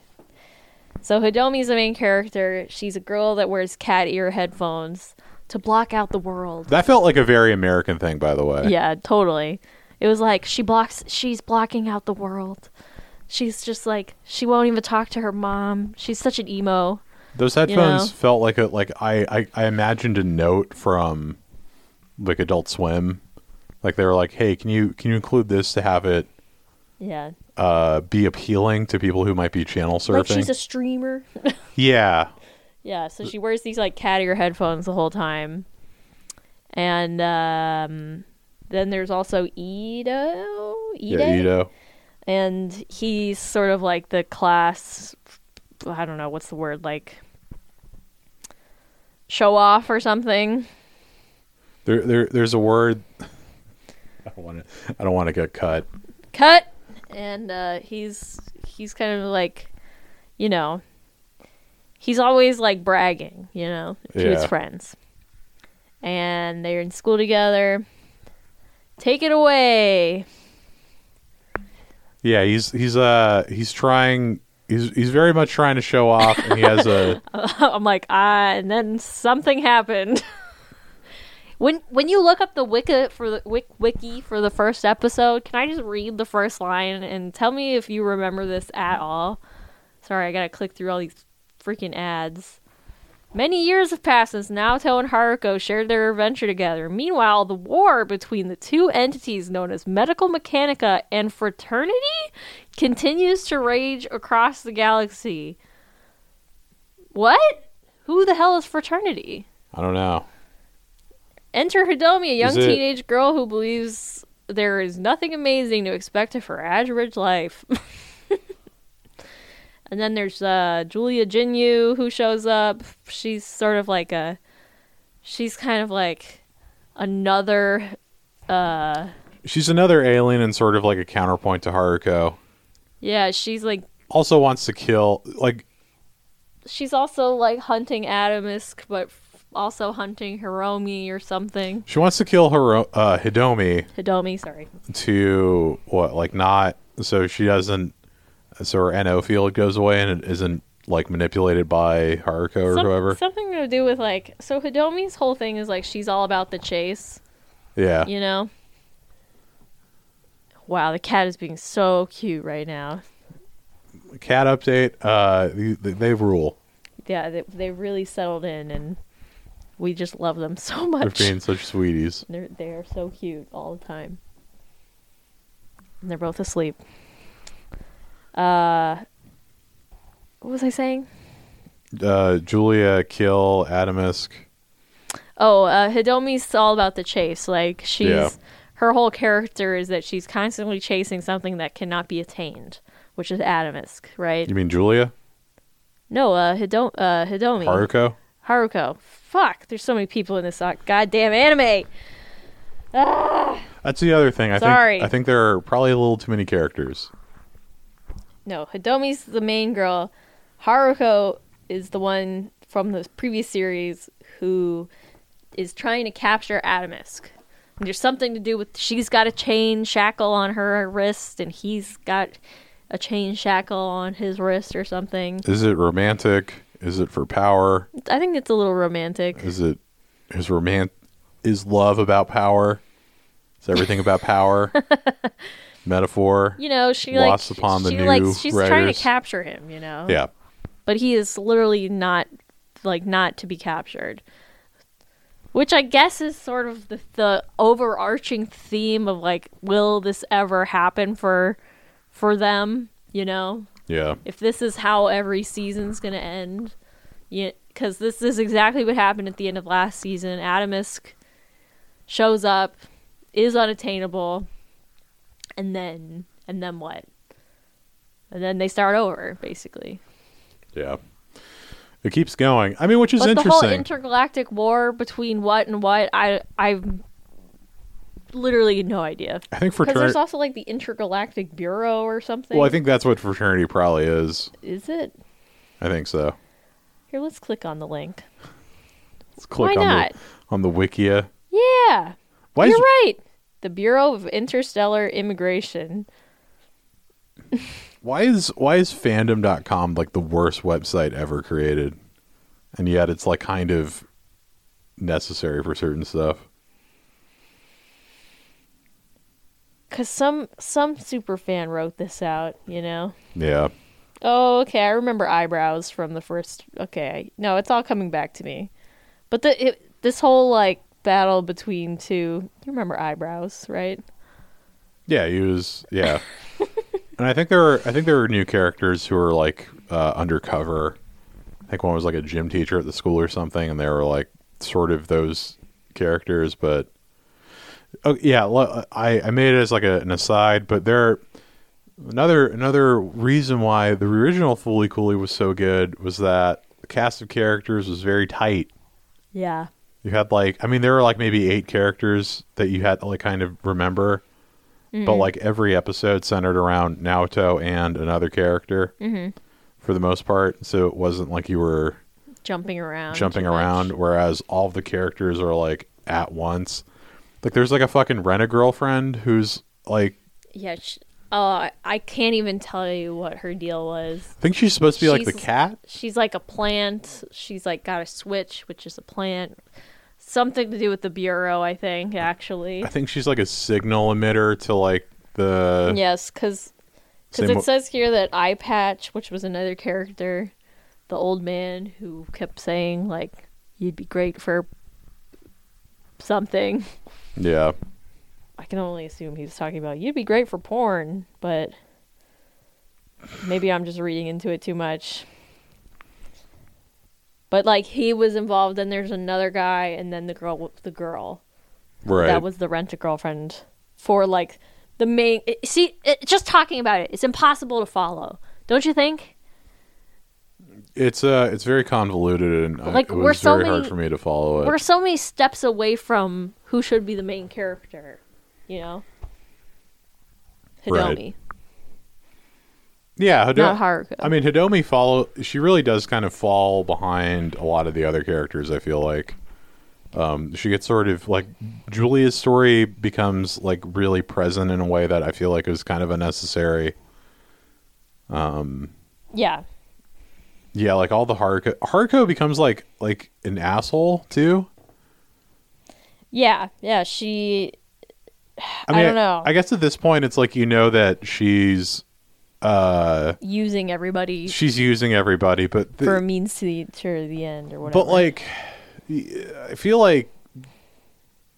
So Hidomi's the main character. She's a girl that wears cat ear headphones to block out the world.
That felt like a very American thing, by the way.
Yeah, totally. It was like she blocks she's blocking out the world. She's just like she won't even talk to her mom. She's such an emo.
Those headphones
know?
felt like a like I, I I imagined a note from like Adult Swim, like they were like, "Hey, can you can you include this to have it
Yeah.
uh, be appealing to people who might be channel
Like
surfing?"
she's a streamer.
yeah,
yeah, so she wears these like cat ear headphones the whole time. And um then there's also Edo. Ide?
yeah, Ito.
and he's sort of like the class i don't know what's the word like show off or something.
There, there, there's a word. I don't want to. I don't want to get cut.
Cut, and uh, he's he's kind of like, you know, he's always like bragging, you know, to his
Yeah.
friends, and they're in school together. Take it away.
Yeah, he's he's uh he's trying. He's he's very much trying to show off, and he has a
I'm like, ah, and then something happened. when when you look up the wiki for the wik, wiki for the first episode, can I just read the first line and tell me if you remember this at all? Sorry, I gotta click through all these freaking ads. Many years have passed since Naoto and Haruko shared their adventure together. Meanwhile, the war between the two entities known as Medical Mechanica and Fraternity continues to rage across the galaxy. What? Who the hell is Fraternity?
I don't know.
Enter Hidomi, a young
Is it-
teenage girl who believes there is nothing amazing to expect of her average life. and then there's uh, Julia Jinyu who shows up. She's sort of like a, she's kind of like another, uh,
She's another alien and sort of like a counterpoint to Haruko.
yeah, she's like
Also wants to kill. Like
she's also like hunting Atomisk, but f- also hunting Hiromi or something.
she wants to kill Hiro- uh, Hidomi
Hidomi, sorry.
to what? Like not so she doesn't. So her no field goes away and it isn't like manipulated by Haruko or
Some-
whoever.
Something to do with like so Hidomi's whole thing is like she's all about the chase,
yeah.
you know. Wow, the cat is being so cute right now.
Cat update. Uh, they, they rule.
Yeah, they, they really settled in, and we just love them so
They're
much.
being such sweeties.
They're they are so cute all the time. And they're both asleep. Uh, what was I saying?
Uh, Julia, kill Adamisk.
Oh, uh, Hidomi's all about the chase. Like she's
Yeah.
her whole character is that she's constantly chasing something that cannot be attained, which is Atomisk, right?
You mean Julia?
No, uh, Hido- uh Hidomi.
Haruko?
Haruko. Fuck, there's so many people in this uh, goddamn anime.
That's the other thing. I
Sorry.
think I think there are probably a little too many characters.
No, Hidomi's the main girl. Haruko is the one from the previous series who is trying to capture Atomisk. And there's something to do with she's got a chain shackle on her wrist and he's got a chain shackle on his wrist or something.
Is it romantic? Is it for power?
I think it's a little romantic.
Is it is romance is love about power? Is everything about power? Metaphor?
You know, she
Lost
like
upon the
she
new
like she's trying to
writers.
capture him, you know.
Yeah.
but he is literally not like not to be captured which i guess is sort of the, the overarching theme of like will this ever happen for for them you know
Yeah.
if this is how every season's gonna end because this is exactly what happened at the end of last season atomisk shows up is unattainable and then and then what and then they start over basically
Yeah. It keeps going. I mean, which is
but the
interesting.
whole intergalactic war between what and what, I I literally no idea.
I think
Because there's
fraternity.
also like the intergalactic bureau or something.
Well, I think that's what fraternity probably is.
is it
I think so.
here. Let's click on the link.
Let's click
Why
on
not?
the on the Wikia.
Yeah,
Why
you're
is
right. The Bureau of Interstellar Immigration.
why is why is fandom.com like the worst website ever created? And yet it's like kind of necessary for certain stuff.
Cause some some super fan wrote this out. You know.
Yeah.
Oh, okay. I remember eyebrows from the first. Okay, no, it's all coming back to me. But the it, this whole like battle between two. You remember eyebrows, right?
Yeah, he was yeah. and I think there are I think there are new characters who are like uh, undercover. I think one was like a gym teacher at the school or something and they were like sort of those characters but Oh yeah, lo- I I made it as like a, an aside, but there another another reason why the original Fooly Cooly was so good was that the cast of characters was very tight
Yeah.
You had like I mean there were like maybe eight characters that you had to like kind of remember.
Mm-hmm.
But like every episode centered around Naoto and another character
Mm-hmm.
for the most part. So it wasn't like you were
Jumping around.
jumping
too much.
around, whereas all of the characters are like at once. Like there's like a fucking rent a girlfriend who's like
Yeah. She, uh, I can't even tell you what her deal was.
I think she's supposed to be like the
She's-
cat.
She's like a plant. She's like got a switch, which is a plant. Something to do with the bureau, I think, actually.
I think she's like a signal emitter to like the
Yes, because
Same
it
wa-
says here that Eye Patch, which was another character, the old man who kept saying like you'd be great for something.
yeah.
I can only assume he's talking about you'd be great for porn, but maybe I'm just reading into it too much. But like he was involved, then there's another guy, and then the girl, the girl
Right.
that was the rent a girlfriend for like the main it- see it, just talking about it it's impossible to follow don't you think
it's uh it's very convoluted and I-
Like,
it
we're
was
so
very hard
many-
for me to follow it.
we're so many steps away from who should be the main character you know
Right.
Hidomi
yeah, Hado-
not Haruka
I mean, Hidomi follow. She really does kind of fall behind a lot of the other characters. I feel like um, she gets sort of like Julia's story becomes like really present in a way that I feel like is kind of unnecessary.
yeah
Yeah, like all the Haruko. Haruko becomes like like an asshole too.
yeah yeah she
I mean,
don't know.
I guess at this point, it's like you know that she's
using everybody
she's using everybody, but the-
for a means to the to the end or whatever
But like, y- I feel like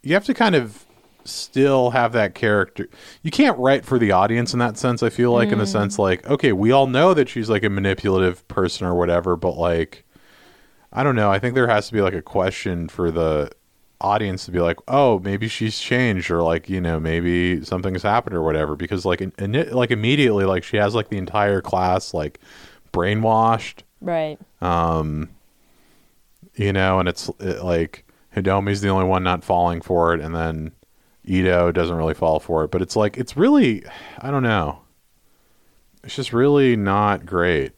you have to kind of still have that character. You can't write for the audience in that sense. I feel like, in the sense, like, okay, we all know that she's like a manipulative person or whatever, but like, I don't know. I think there has to be like a question for the audience to be like, oh, maybe she's changed or like, you know, maybe something's happened or whatever. Because like, in, in it, like immediately, like she has like the entire class like brainwashed
right
you know, and it's it, like Hidomi's the only one not falling for it, and then Ito doesn't really fall for it. But it's like it's really, I don't know. It's just really not great.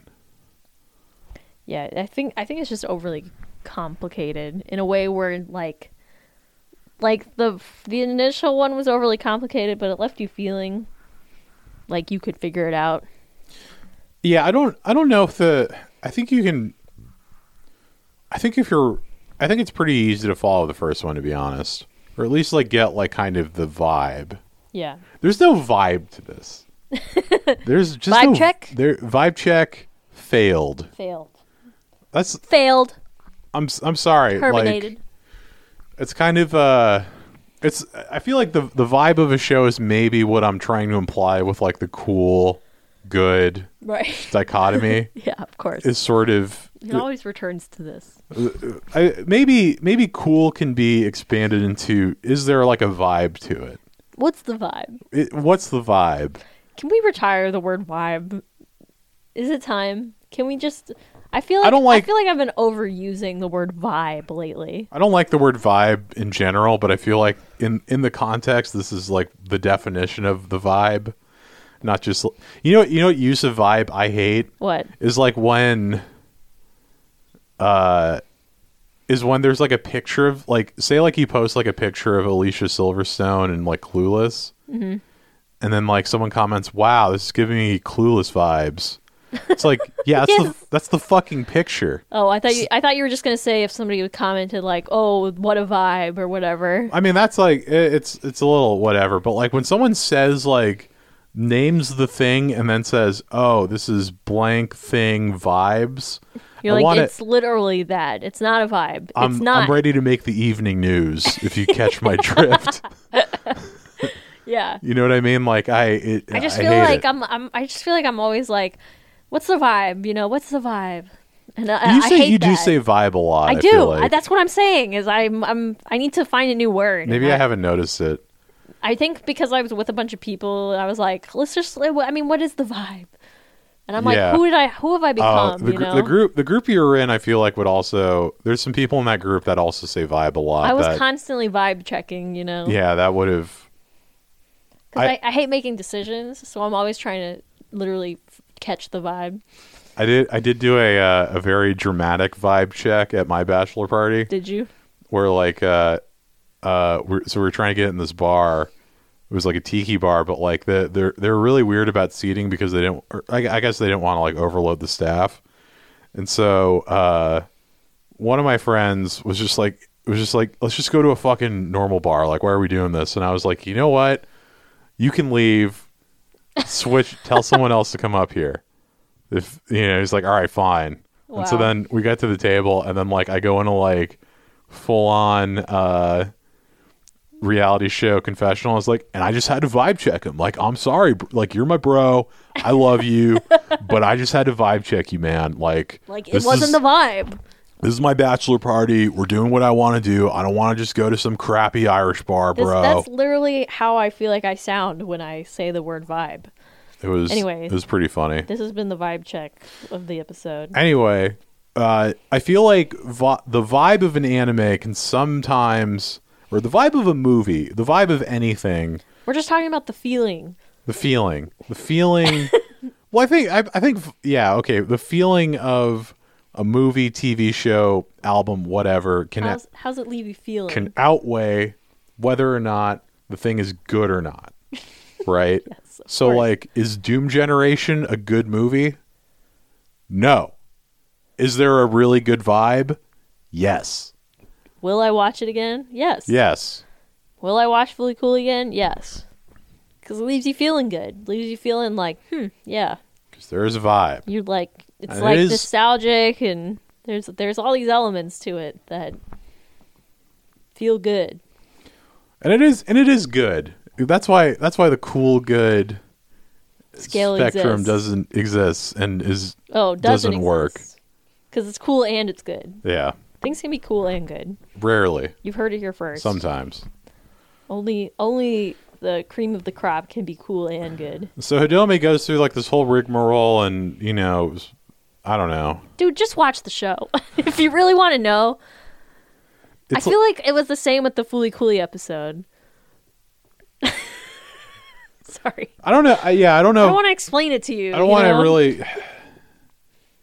Yeah, I think I think it's just overly complicated in a way where like like the the initial one was overly complicated, but it left you feeling like you could figure it out.
Yeah, I don't, I don't know if the, I think you can, I think if you're, I think it's pretty easy to follow the first one to be honest, or at least like get like kind of the vibe.
Yeah.
There's no vibe to this. There's just
Vibe
no,
check?
There, vibe check failed.
Failed.
That's
Failed.
I'm s- I'm sorry. like,
Terminated.
it's kind of uh it's i feel like the the vibe of a show is maybe what i'm trying to imply with like the cool good
right.
dichotomy
Yeah, of course.
is sort of
it always returns to this.
I, maybe maybe cool can be expanded into is there like a vibe to it,
What's the vibe?
it what's the vibe
Can we retire the word vibe? Is it time? Can we just I feel like
I don't like-
I feel like I've been overusing the word vibe lately.
i don't like the word vibe in general but i feel like in in the context this is like the definition of the vibe not just you know you know what use of vibe i hate
What?
is like when uh is when there's like a picture of like say like you post like a picture of Alicia Silverstone and like Clueless
Mm-hmm.
and then like someone comments wow this is giving me Clueless vibes it's like yeah that's
Yes.
the that's the fucking picture
Oh, I thought you, I thought you were just gonna say if somebody would commented like, "Oh, what a vibe" or whatever.
I mean that's like i- it's it's a little whatever but like when someone says like names the thing and then says oh this is blank thing vibes
You're
I
like,
wanna-
it's literally that. It's not a vibe.
I'm,
it's not.
I'm ready to make the evening news if you catch my drift.
Yeah.
You know what I mean? Like I, it,
I just feel
hate
like
it.
I'm, I'm. I just feel like I'm always like, "What's the vibe?" You know, "What's the vibe?" And I,
you
uh, I
say
hate
you do
that.
say vibe a lot.
I
I,
do.
Feel
I,
like.
that's what I'm saying. Is I'm. I'm. I need to find a new word.
Maybe
I,
I haven't noticed it.
I think because I was with a bunch of people, I was like, "Let's just." I mean, what is the vibe? and I'm like,
Yeah.
who did I? Who have I become?
Uh, the,
you
gr-
know,
the group the group you were in, I feel like would also there's some people in that group that also say vibe a lot.
I was
that-
constantly vibe checking. You know,
yeah, that would have
'Cause
I-
I, I hate making decisions, so I'm always trying to literally f- catch the vibe.
I did I did do a uh, a very dramatic vibe check at my bachelor party
Did you?
where like uh uh we're, so we we're trying to get in this bar. It was like a tiki bar, but like the, they're they're really weird about seating because they didn't. Or I, I guess they didn't want to like overload the staff, and so uh, one of my friends was just like was just like let's just go to a fucking normal bar. Like why are we doing this? And I was like, you know what, you can leave. Switch. tell someone else to come up here. If you know, he's like, all right, fine. And so
Wow.
then we got to the table, and then like I go into like full on uh reality show confessional. I was like, and I just had to vibe check him. Like, I'm sorry, br- like you're my bro. I love you, but I just had to vibe check you, man. Like,
Like it
this
wasn't
is-
the vibe.
This is my bachelor party. We're doing what I want to do. I don't want to just go to some crappy Irish bar,
This,
bro.
that's literally how I feel like I sound when I say the word vibe.
it was
anyway.
It was pretty funny.
This has been the vibe check of the episode.
Anyway, uh, I feel like vi- the vibe of an anime can sometimes, or the vibe of a movie, the vibe of anything
We're just talking about the feeling.
the feeling the feeling well i think I, I think yeah okay the feeling of a movie tv show album whatever can
How's, how's it leave you feeling?
can outweigh whether or not the thing is good or not right
Yes, of
so
course.
like is doom generation a good movie no is there a really good vibe yes
Will I watch it again? Yes.
yes
Will I watch Fully Cool again? Yes. Because it leaves you feeling good. Leaves you feeling like, hmm, yeah.
because there is a vibe
You're like, it's
It
like
is-
nostalgic, and there's there's all these elements to it that feel good.
and it is and it is good that's why that's why the cool good
Scale
spectrum
exists.
doesn't exist and is
oh doesn't,
doesn't work.
because it's cool and it's good.
yeah
Things can be cool and good.
rarely
You've heard it here first.
sometimes
Only only the cream of the crop can be cool and good.
so Hidomi goes through like this whole rigmarole and you know s- I don't know
Dude, just watch the show if you really want to know.
it's
I feel like it was the same with the Fooly Cooley episode. Sorry.
I don't know I, yeah I don't
I
know
don't want to explain it to you.
Oh. I don't
you
want to
know?
really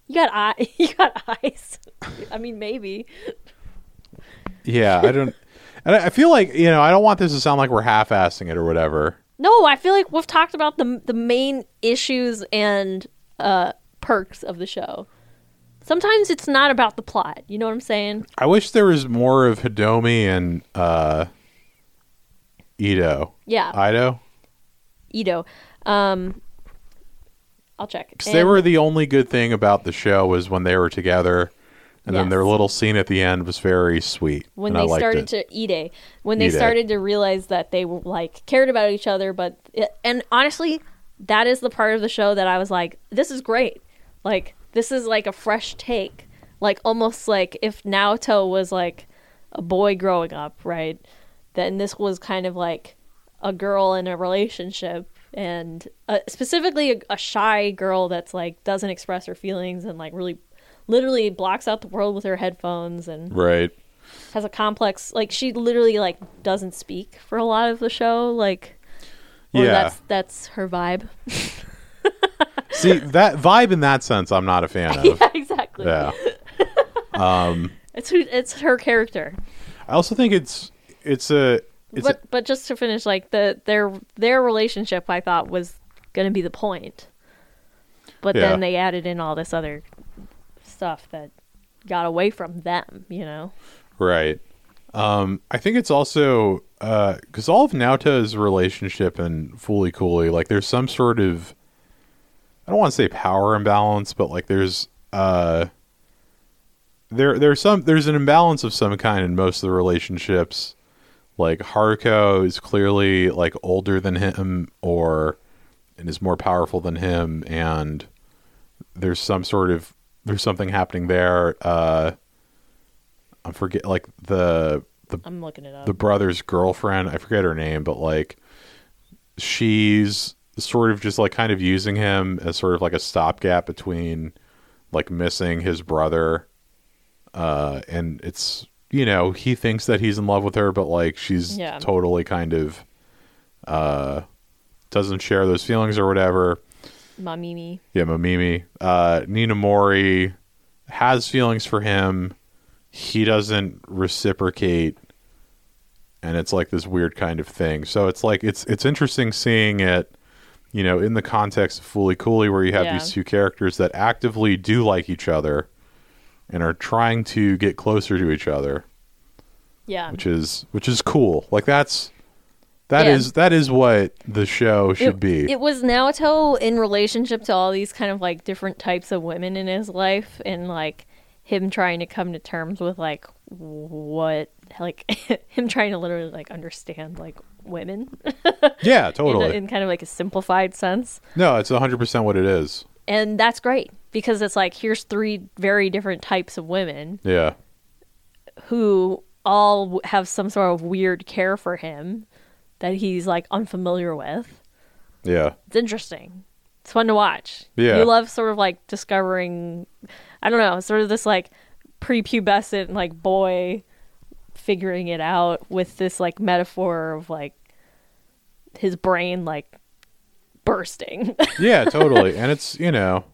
You got eye. You got eyes. I mean, maybe.
yeah I don't and I, I feel like you know I don't want this to sound like we're half-assing it or whatever
No, I feel like we've talked about the the main issues and uh, perks of the show. Sometimes it's not about the plot. You know what I'm saying?
I wish there was more of Hidomi and uh Ito
Yeah.
Ido
Ito. Um, I'll check.
because they
And-
were the only good thing about the show was when they were together and then
Yes.
their little scene at the end was very sweet
when
and I
they
liked
started
it.
to Ide, when they
Ide.
started to realize that they were like cared about each other, but eh, and honestly, that is the part of the show that I was like, this is great. Like this is like a fresh take. Like almost like if Naoto was like a boy growing up, right? Then this was kind of like a girl in a relationship and uh, specifically a, a shy girl that's like doesn't express her feelings and like really literally blocks out the world with her headphones and
right
has a complex like she literally like doesn't speak for a lot of the show like or
Yeah.
that's that's her vibe
See that vibe in that sense, I'm not a fan of.
yeah exactly
yeah.
it's who it's her character
I also think it's it's a it's
but but just to finish like the their their relationship i thought was gonna be the point but
Yeah.
then they added in all this other stuff that got away from them you know
a, right. Um, I think it's also because all of Naota's relationship and Fooly Cooley, like there's some sort of I don't want to say power imbalance, but like there's uh there there's some there's an imbalance of some kind in most of the relationships. Like Haruko is clearly like older than him or and is more powerful than him and there's some sort of there's something happening there. Uh I forget like the the
i'm looking it up
the brother's girlfriend. I forget her name, but like she's sort of just like kind of using him as sort of like a stopgap between like missing his brother uh and it's you know he thinks that he's in love with her but like she's
Yeah.
totally kind of uh doesn't share those feelings or whatever
Mamimi.
yeah mamimi uh nina mori has feelings for him he doesn't reciprocate and it's like this weird kind of thing so it's like it's it's interesting seeing it you know in the context of Fooly Cooley where you have
Yeah.
these two characters that actively do like each other and are trying to get closer to each other
Yeah.
which is which is cool like that's that is
Yeah.
that is what the show should
it,
be
It was Naoto in relationship to all these kind of like different types of women in his life and like him trying to come to terms with like what like him trying to literally like understand like women
yeah totally
in, a, in kind of like a simplified sense.
no it's 100% what it is
And that's great because it's like here's three very different types of women
yeah
who all w- have some sort of weird care for him that he's like unfamiliar with.
yeah
it's interesting. It's fun to watch.
Yeah.
You love sort of like discovering I don't know, sort of this like prepubescent like boy figuring it out with this like metaphor of like his brain like bursting.
yeah totally and it's you know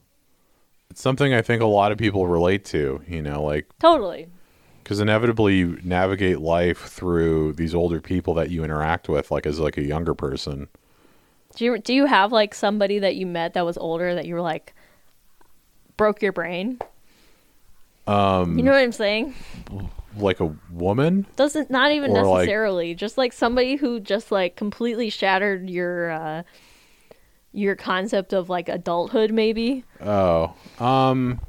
it's something i think a lot of people relate to you know like
totally.
because inevitably you navigate life through these older people that you interact with like as like a younger person
Do you do you have like somebody that you met that was older that you were like broke your brain? Um You know what I'm saying?
like a woman
doesn't not even
Or, like-
necessarily just like somebody who just like completely shattered your uh your concept of like adulthood maybe
oh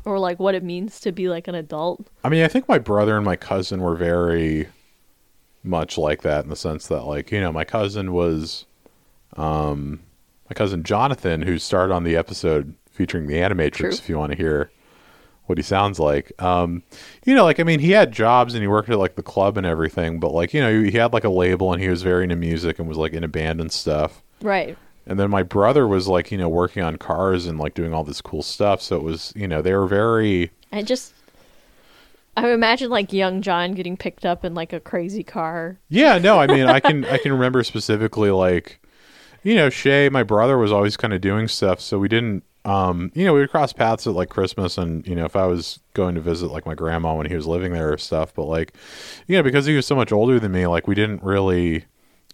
or like what it means to be like an adult
i mean i think my brother and my cousin were very much like that in the sense that like you know my cousin was um my cousin jonathan who starred on the episode featuring the animatrix
True.
if you want to hear what he sounds like um you know like i mean he had jobs and he worked at like the club and everything but like you know he had like a label and he was very into music and was like in a band and stuff
right
And then my brother was like, you know, working on cars and like doing all this cool stuff. So it was, you know, they were very,
and just i imagine like young john getting picked up in like a crazy car
yeah, no, I mean, I can, I can remember specifically like, you know, Shay, my brother was always kind of doing stuff. So we didn't, um, you know, we would cross paths at like Christmas and, you know, if I was going to visit like my grandma when he was living there or stuff, but like, you know, because he was so much older than me, like we didn't really,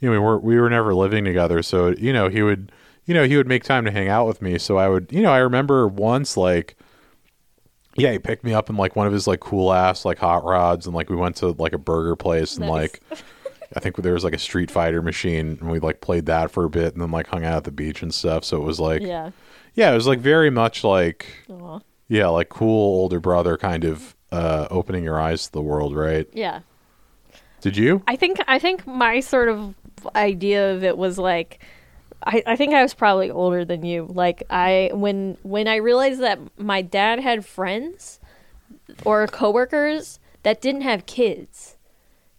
you know, we weren't, we were never living together. So, you know, he would, you know, he would make time to hang out with me. So I would, you know, I remember once like, yeah, he picked me up in like one of his like cool ass like hot rods, and like we went to like a burger place, and
Nice.
like I think there was like a Street Fighter machine, and we like played that for a bit, and then like hung out at the beach and stuff. So it was like, yeah,
yeah Oh,
it was like very much like
Aw.
yeah, like cool older brother kind of uh opening your eyes to the world, right?
yeah
Did you?
I think I think my sort of idea of it was like I, I think I was probably older than you. Like I when when I realized that my dad had friends or coworkers that didn't have kids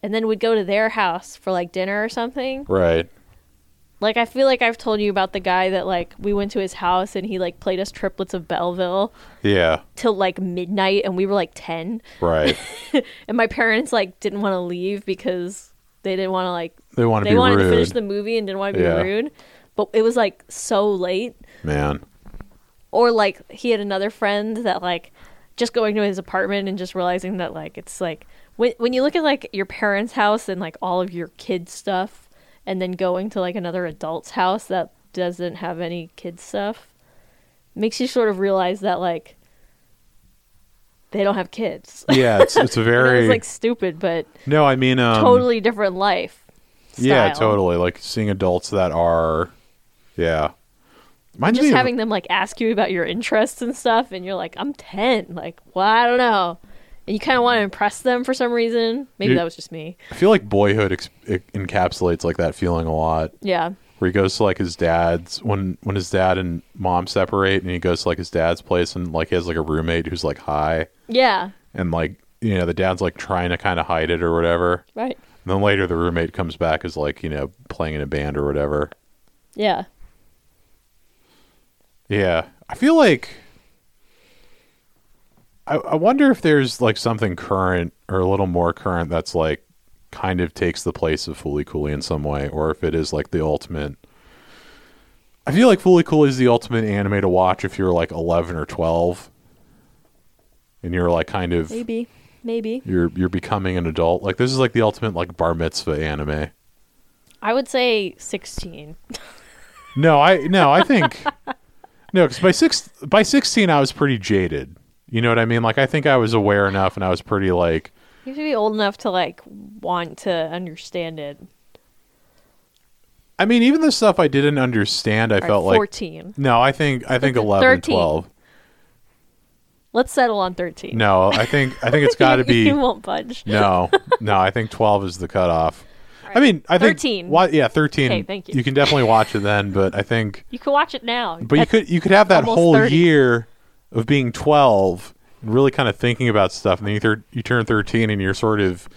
and then would go to their house for like dinner or something.
Right.
Like I feel like I've told you about the guy that like we went to his house and he like played us triplets of Belleville
Yeah.
till like midnight and we were like 10
Right.
and my parents like didn't want to leave because they didn't want to like
They want to
they
be
wanted
rude,
to finish the movie and didn't want to be
Yeah.
rude but it was like so late
man.
or like he had another friend that like just going to his apartment and just realizing that like it's like when when you look at like your parents house and like all of your kids stuff and then going to like another adult's house that doesn't have any kids stuff makes you sort of realize that like they don't have kids
Yeah, it's it's a
And
very
it's like stupid but
no. I mean, um,
totally different life
Yeah,
style.
totally. Like seeing adults that are, yeah. Reminds
just
me of-
having them like ask you about your interests and stuff and you're like i'm 10 like well i don't know and you kind of want to impress them for some reason maybe
You-
that was just me
I feel like Boyhood ex- it encapsulates like that feeling a lot.
yeah
Where he goes to like his dad's when when his dad and mom separate, and he goes to like his dad's place, and like he has like a roommate who's like high,
yeah
and like you know the dad's like trying to kind of hide it or whatever.
right
And then later the roommate comes back as like you know playing in a band or whatever.
yeah
Yeah. I feel like I, I wonder if there's like something current or a little more current that's like kind of takes the place of Fully Cooley in some way, or if it is like the ultimate. I feel like Fully Cooley is the ultimate anime to watch if you're like 11 or 12 and you're like kind of
Maybe. Maybe.
you're you're becoming an adult. Like this is like the ultimate like bar mitzvah anime.
I would say 16.
No, I no, I think no, because by six by sixteen I was pretty jaded. You know what I mean? Like I think I was aware enough, and I was pretty like
You have to be old enough to like want to understand it.
I mean, even the stuff I didn't understand, I
All right,
felt like
14.
no, I think I think 11,
13.
12.
Let's settle on 13.
No, I think I think it's got to
You-
be
You won't budge.
no, no. I think twelve is the cutoff.
All
I
right.
mean, I think
13.
Why, yeah, thirteen.
Okay, thank you.
You can definitely watch it then, but I think
You can watch it now.
But you
That's-
could you could have that
almost
whole
30.
year of being twelve and really kind of thinking about stuff, and then you, thir- you turn thirteen and you're sort of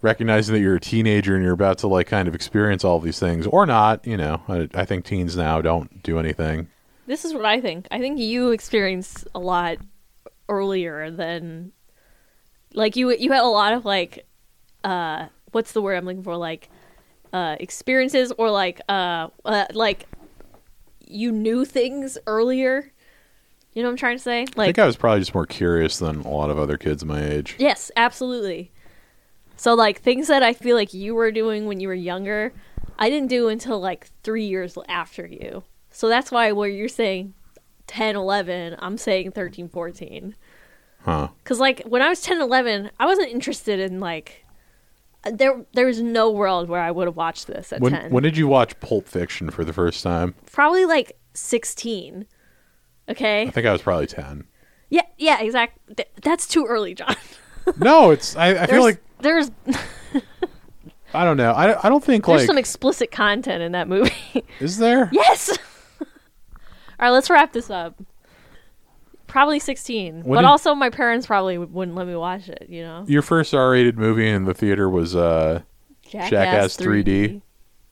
recognizing that you're a teenager and you're about to like kind of experience all these things or not. You know, I, I think teens now don't do anything.
This is what I think. I think you experienced a lot earlier than like you you had a lot of like uh what's the word I'm looking for like uh experiences or like uh, uh like you knew things earlier. You know what I'm trying to say?
I
Like
think I was probably just more curious than a lot of other kids my age.
Yes, absolutely. So like things that I feel like you were doing when you were younger, I didn't do until like 3 years after you. So that's why where you're saying 10, 11, I'm saying 13, 14.
Huh?
Cuz like when I was 10, 11, I wasn't interested in like uh, there there was no world where I would have watched this at
When
10.
when did you watch Pulp Fiction for the first time?
Probably like 16. Okay?
I think I was probably ten.
Yeah, yeah, exactly. that's too early, John.
No, it's I, I feel
There's
like
there's
I don't know. I, I don't think
there's
like
some explicit content in that movie.
is there?
Yes. All right, let's wrap this up. Probably 16,
What
but
did-
also my parents probably w- wouldn't let me watch it. You know,
Your first R-rated movie in the theater was uh Jackass 3D.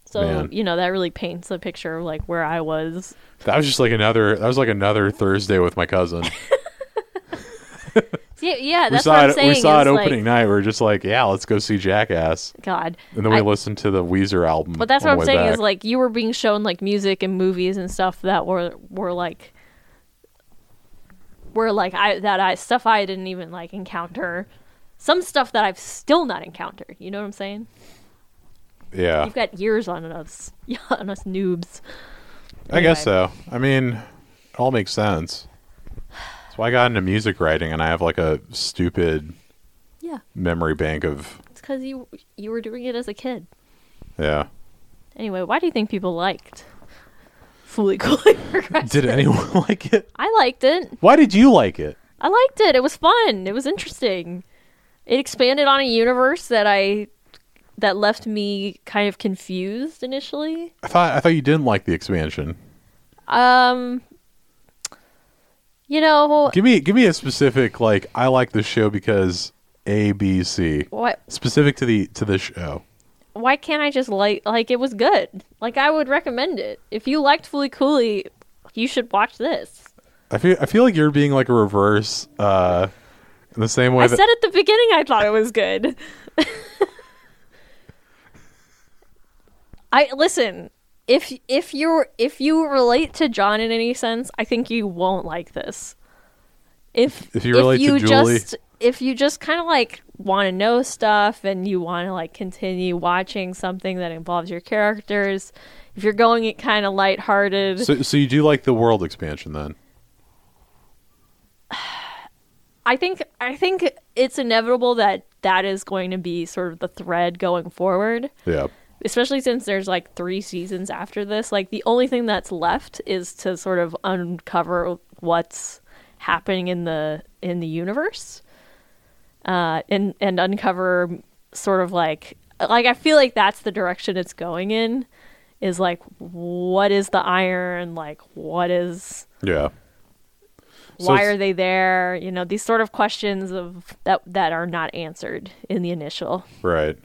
So
Man.
you know that really paints a picture of like where I was.
That was just like another. That was like another Thursday with my cousin.
Yeah, yeah
we
that's
saw
what I'm
it.
saying.
We saw it
is, like,
opening night. We were just like, yeah, let's go see Jackass,
God,
and then we
I-
listened to the Weezer album.
but that's
on
what
the
I'm
way
saying
back.
is like you were being shown like music and movies and stuff that were were like were like I that I stuff I didn't even like encounter. Some stuff that I've still not encountered. You know what I'm saying?
yeah,
You've got years on us, on us noobs.
I guess so. I mean, it all makes sense. That's why I got into music writing, and I have like a stupid
Yeah,
memory bank of
it's because you you were doing it as a kid.
yeah.
Anyway, why do you think people liked Fully Coolly Progressive?
Did anyone like it?
I liked it.
Why did you like it?
I liked it. It was fun. It was interesting. It expanded on a universe that I that left me kind of confused initially.
I thought I thought you didn't like the expansion.
Um, you know
Give me give me a specific like. I like this show because A B C
what?
specific to the to the show.
why can't I just like like it was good? Like I would recommend it. If you liked Fully Cooley, you should watch this.
I feel I feel like you're being like a reverse uh in the same way
I
that
said at the beginning I thought it was good. I listen, if if you if you relate to John in any sense, I think you won't like this. If
If you relate to Julie.
just if you just kind of like want to know stuff and you want to like continue watching something that involves your characters, if you're going it kind of lighthearted,
so so you do like the world expansion then.
I think I think it's inevitable that that is going to be sort of the thread going forward.
Yeah.
especially since there's like three seasons after this like the only thing that's left is to sort of uncover what's happening in the in the universe uh and and uncover sort of like like i feel like that's the direction it's going in is like what is the iron like what is
Yeah. So
why
it's-
are they there you know these sort of questions of that that are not answered in the initial
Right.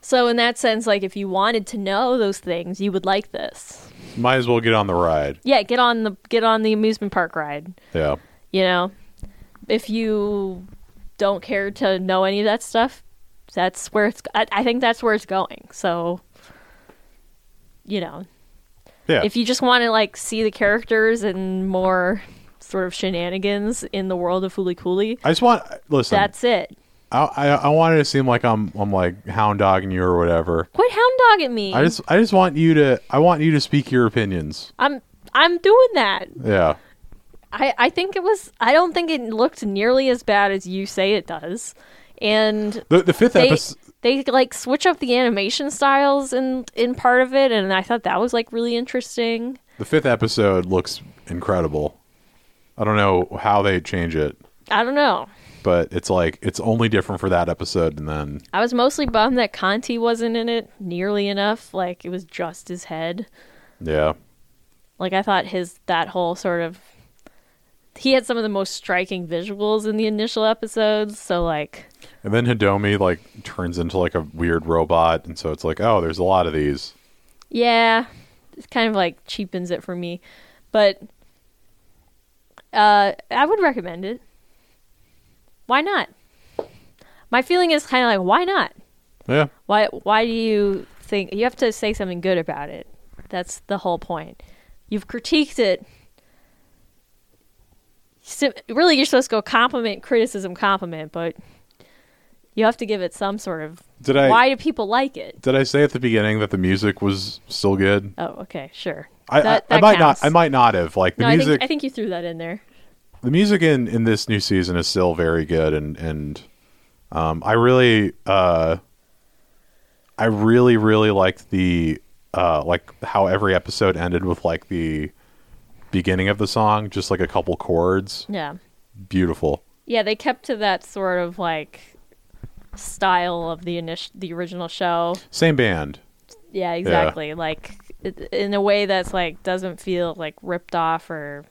so in that sense, like if you wanted to know those things, you would like this.
might as well get on the ride.
Yeah, get on the get on the amusement park ride.
Yeah.
You know, if you don't care to know any of that stuff, that's where it's. I, I think that's where it's going. So, you know,
Yeah.
if you just want to like see the characters and more sort of shenanigans in the world of Foolie Cooley,
I just want listen.
that's it.
I, I I wanted to seem like I'm I'm like hound dogging you or whatever.
Quit hound dogging me.
I just I just want you to I want you to speak your opinions.
I'm I'm doing that.
Yeah.
I, I think it was I don't think it looked nearly as bad as you say it does. And
The the fifth
they
episode.
they like switch up the animation styles in in part of it and I thought that was like really interesting.
The fifth episode looks incredible. I don't know how they change it,
I don't know.
but it's like it's only different for that episode, and then
I was mostly bummed that Conti wasn't in it nearly enough. Like it was just his head.
yeah,
Like I thought his that whole sort of he had some of the most striking visuals in the initial episodes, so like
and then Hidomi like turns into like a weird robot, and so it's like oh, there's a lot of these.
Yeah, it kind of like cheapens it for me, but uh, I would recommend it. Why not? My feeling is kind of like, why not?
Yeah,
Why? Why do you think you have to say something good about it? That's the whole point. You've critiqued it. Sim- really, you're supposed to go compliment, criticism, compliment, but you have to give it some sort of.
did I
why do people like it?
did I say at the beginning that the music was still good?
Oh, okay, sure.
I
That-
I, I
that
might
counts.
not I might not have like the
no, I
music
think I think you threw that in there.
the music in in this new season is still very good and and um i really uh i really really liked the uh like how every episode ended with like the beginning of the song just like a couple chords
Yeah,
beautiful
yeah, they kept to that sort of like style of the init- the original show.
same band
Yeah, exactly. Like it- in a way that's like doesn't feel like ripped off or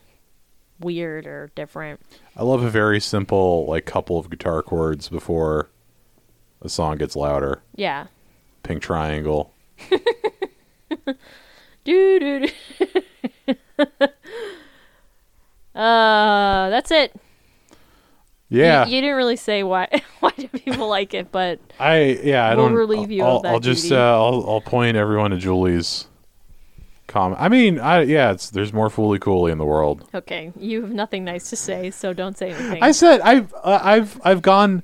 weird or different.
i love a very simple like couple of guitar chords before the song gets louder
Yeah.
pink triangle
Doo doo. doo. uh, that's it. You-
yeah
You, didn't really say why why do people like it, but
i yeah i
We'll
don't
relieve you of
I'll,
that
I'll just
duty.
uh, I'll, I'll point everyone to julie's comment i mean i yeah it's there's more fooly cooly in the world
okay, you have nothing nice to say, so don't say anything.
i said i've uh, i've i've gone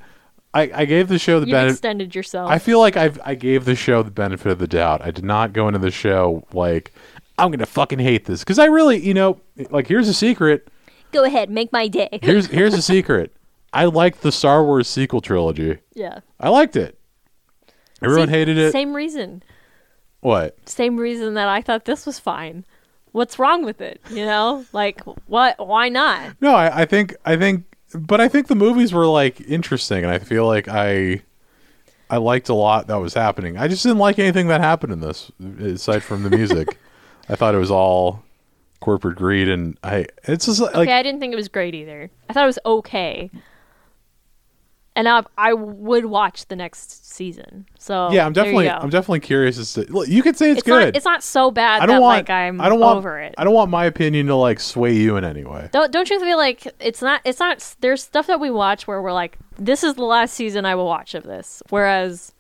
i i gave the show the
You've
benefit
extended yourself.
i feel like i've i gave the show the benefit of the doubt i did not go into the show like i'm gonna fucking hate this because i really you know like here's a secret
Go ahead, make my day.
here's here's a secret i liked the star wars sequel trilogy
yeah.
i liked it everyone
Same-
hated it
Same reason.
what
Same reason that I thought this was fine. What's wrong with it? You know, like what? Why not?
No, I, I think I think, but I think the movies were like interesting, and I feel like I I liked a lot that was happening. I just didn't like anything that happened in this, aside from the music. I thought it was all corporate greed, and I it's just like
okay, I didn't think it was great either. I thought it was okay, and I I would watch the next season. So
yeah, I'm
there you
definitely
go.
I'm definitely curious as to look, you could say it's,
It's
good.
not it's not so bad
I don't
that
want
like I'm
I don't want
over it.
I don't want my opinion to like sway you in any way.
Don't don't you feel like it's not it's not there's stuff that we watch where we're like this is the last season I will watch of this, whereas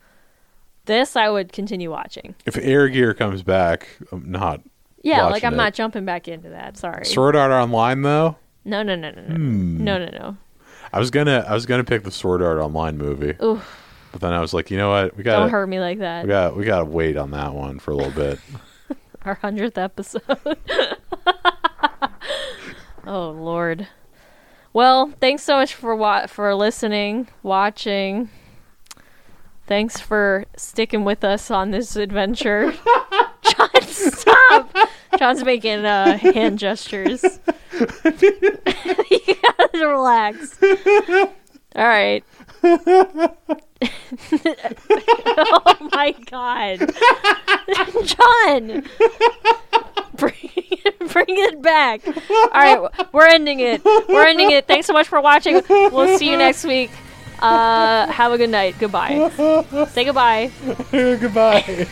this I would continue watching.
If Air Gear comes back, I'm not.
Yeah,
watching
like I'm
it.
not jumping back into that. Sorry.
Sword Art Online though.
no, no, no, no, no,
Hmm.
no, no, no.
I was gonna I was gonna pick the Sword Art Online movie.
Oof.
But then I was like, you know what? We
Don't
gotta
hurt me like that.
we got we gotta wait on that one for a little bit.
Our hundredth episode. oh Lord. Well, thanks so much for wa- for listening, watching. Thanks for sticking with us on this adventure. John, stop. John's making uh, hand gestures. you gotta relax. All right. oh my god. John! Bring it, bring it back. All right, we're ending it. We're ending it. Thanks so much for watching. We'll see you next week. Uh, have a good night. Goodbye. Say goodbye.
Goodbye.